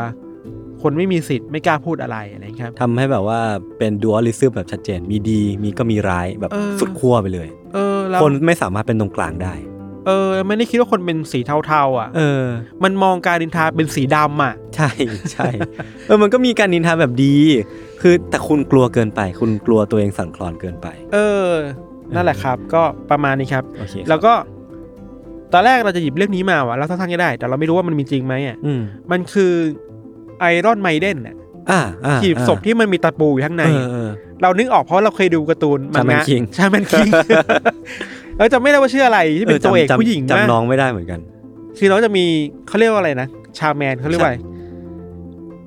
C: คนไม่มีสิทธิ์ไม่กล้าพูดอะไรอะไรเงี้ยครับ
B: ทำให้แบบว่าเป็นดูอลิซึมแบบชัดเจน มีดีมีก็มีร้ายแบบ
C: เออ
B: สุดขั้วไปเลย
C: เออแล้ว
B: คนไม่สามารถเป็นตรงกลางได้
C: เออไม่ได้คิดว่าคนเป็นสีเทาๆอ่ะ
B: เออ
C: มันมองการดินทาเป็นสีดำอ่ะ
B: ใช่ใช่ เออมันก็มีการนินทาแบบดี คือแต่คุณกลัวเกินไป คุณกลัวตัวเองสั่นคลอนเกินไป
C: เออ นั่นแหละครับ ก็ประมาณนี้ครับ
B: โอเคครับ
C: แล้วก็ ตอนแรกเราจะหยิบเรื่องนี้มาว่ะเราทั้งๆก็ได้ แต่เราไม่รู้ว่ามันมีจริงไหมอ่ะ
B: อืม
C: มันคือไอรอนไมเดนอ่ะ
B: อ่าอ่า
C: หีบศพ
B: อ่า
C: ที่มันมีตะปูอยู่ข้างใน
B: เออเออ
C: เรานึกออกเพราะเราเคยดูการ์ตูนมัง
B: Shaman
C: งะ
B: King
C: ชาแมน คิง เราจำ ไม่ได้ว่าชื่ออะไรที่เป็นตัวเอก
B: จำจำ
C: ผู้หญิง
B: จำน้อ
C: นะ
B: งไม่ได้เหมือนกัน
C: คือน้องจะมีเขาเรียกว่าอะไรนะชาแมนเขาเรียกว่าอะไร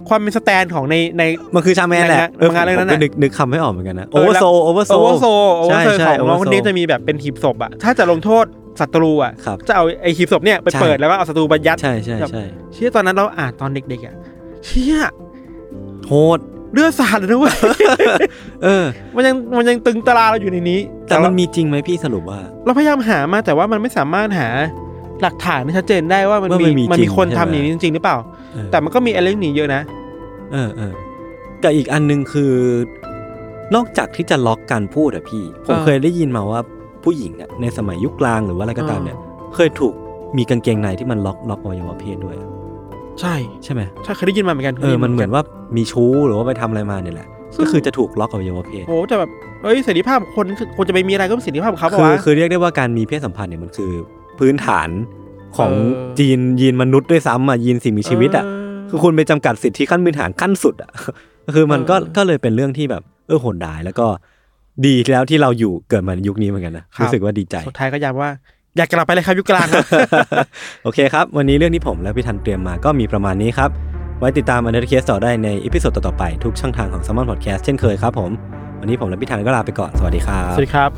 C: ความเป็นสแตนของในใน
B: มันคือชาแมนแหละ
C: ในงานเรื่องนั้น
B: ผม
C: น่ะ
B: ก็นึกนึกคำไม่ออกเหมือนกันนะ
C: เอ
B: โอ
C: อ
B: เวอร์
C: แล้ว
B: โซโอเวอร์โซ
C: โอเวอร์โซโอเวอร์โซ
B: ใช่
C: ของน้อ
B: Oversoul
C: งคนนี้จะมีแบบเป็นหีบศพอะถ้าจะลงโทษศัตรูอะ
B: ครับ
C: จะเอาไอหีบศพเนี่ยไป
B: ใช่
C: เปิดแล้วก็เอาศัตรูบรยัด
B: ใช่ใช่ใช่
C: เชี่ยตอนนั้นเราอ่านตอนเด็กๆอะเชี่ย
B: โหด
C: เลือดสาดเลยนะเว้ย
B: เออ
C: มันยังมันยังตึงตาราเราอยู่ในนี้
B: แต่มัน
C: เรา
B: มีจริงไหมพี่สรุปว่า
C: เราพยายามหามาแต่ว่ามันไม่สามารถหาหลักฐานที่ชัดเจนได้ว่ามัน
B: ว่ามั
C: มี
B: นมี
C: มัน
B: จริ
C: มี
B: ง
C: คน
B: ใช่
C: ทำ
B: ไหม
C: อย่างนี้จริงๆหรือเปล่า
B: เออ
C: แต่มันก็มีอะไรเรื่องนี้เยอะนะ
B: เออเออกับอีกอันหนึงคือ นอกจากที่จะล็อกการพูดอะพี่ ผมเคยได้ยินมาว่าผู้หญิงอะในสมัยยุคกลางหรือว่าอะไรก็ตามเนี่ย เคยถูกมีกางเกงในที่มันล็อกล็อกอวัยวะเพศด้วยอะ
C: ใช่
B: ใช่ไหม
C: ใช่เคยได้ยินมาเหมือนกัน
B: เออ มันเหมือนว่ามีชู้หรือว่าไปทำอะไรมาเนี่ยแหละ ก็คือจะถูกล็อกอวัยวะเพศ
C: โอ้แต่แบบเอ้ยเสรีภาพคนคือคนจะไปมีอะไรก็เป็นเสรีภาพของเขาปะ
B: คื
C: วะ
B: อคือเรียกได้ว่าการมีเพศสัมพันธ์เนี่ยมันคือพื้นฐานของ
C: เออ
B: ยีนยีนมนุษย์ด้วยซ้ำอ่ะยีนสิ่งมีชีวิตอ่ะ
C: เ
B: คือคุณไปจำกัดสิทธิขั้นพื้นฐานขั้นสุดอ่ะ คือมันก็
C: เออ
B: ก็เลยเป็นเรื่องที่แบบเออโหดดายแล้วก็ดีแล้วที่เราอยู่เกิดมาในยุคนี้เหมือนกันนะครับ รู้สึกว่าดีใจ
C: สุดท้ายก็ย้ำว่า อยากกลับไปเลยครับยุคกลางครับ
B: โอเคครับ วันนี้เรื่องที่ผมและพี่ทันเตรียมมาก็มีประมาณนี้ครับ ไว้ติดตามอันเดอร์เคสต่อได้ในอีพิโซดต่อๆไปทุกช่องทางของ s ซ m มอนพอดแคสต์เช่นเคยครับผม วันนี้ผมและพี่ทันก็ลาไปก่อนสวัสดีครับ
C: สวัสดีครับ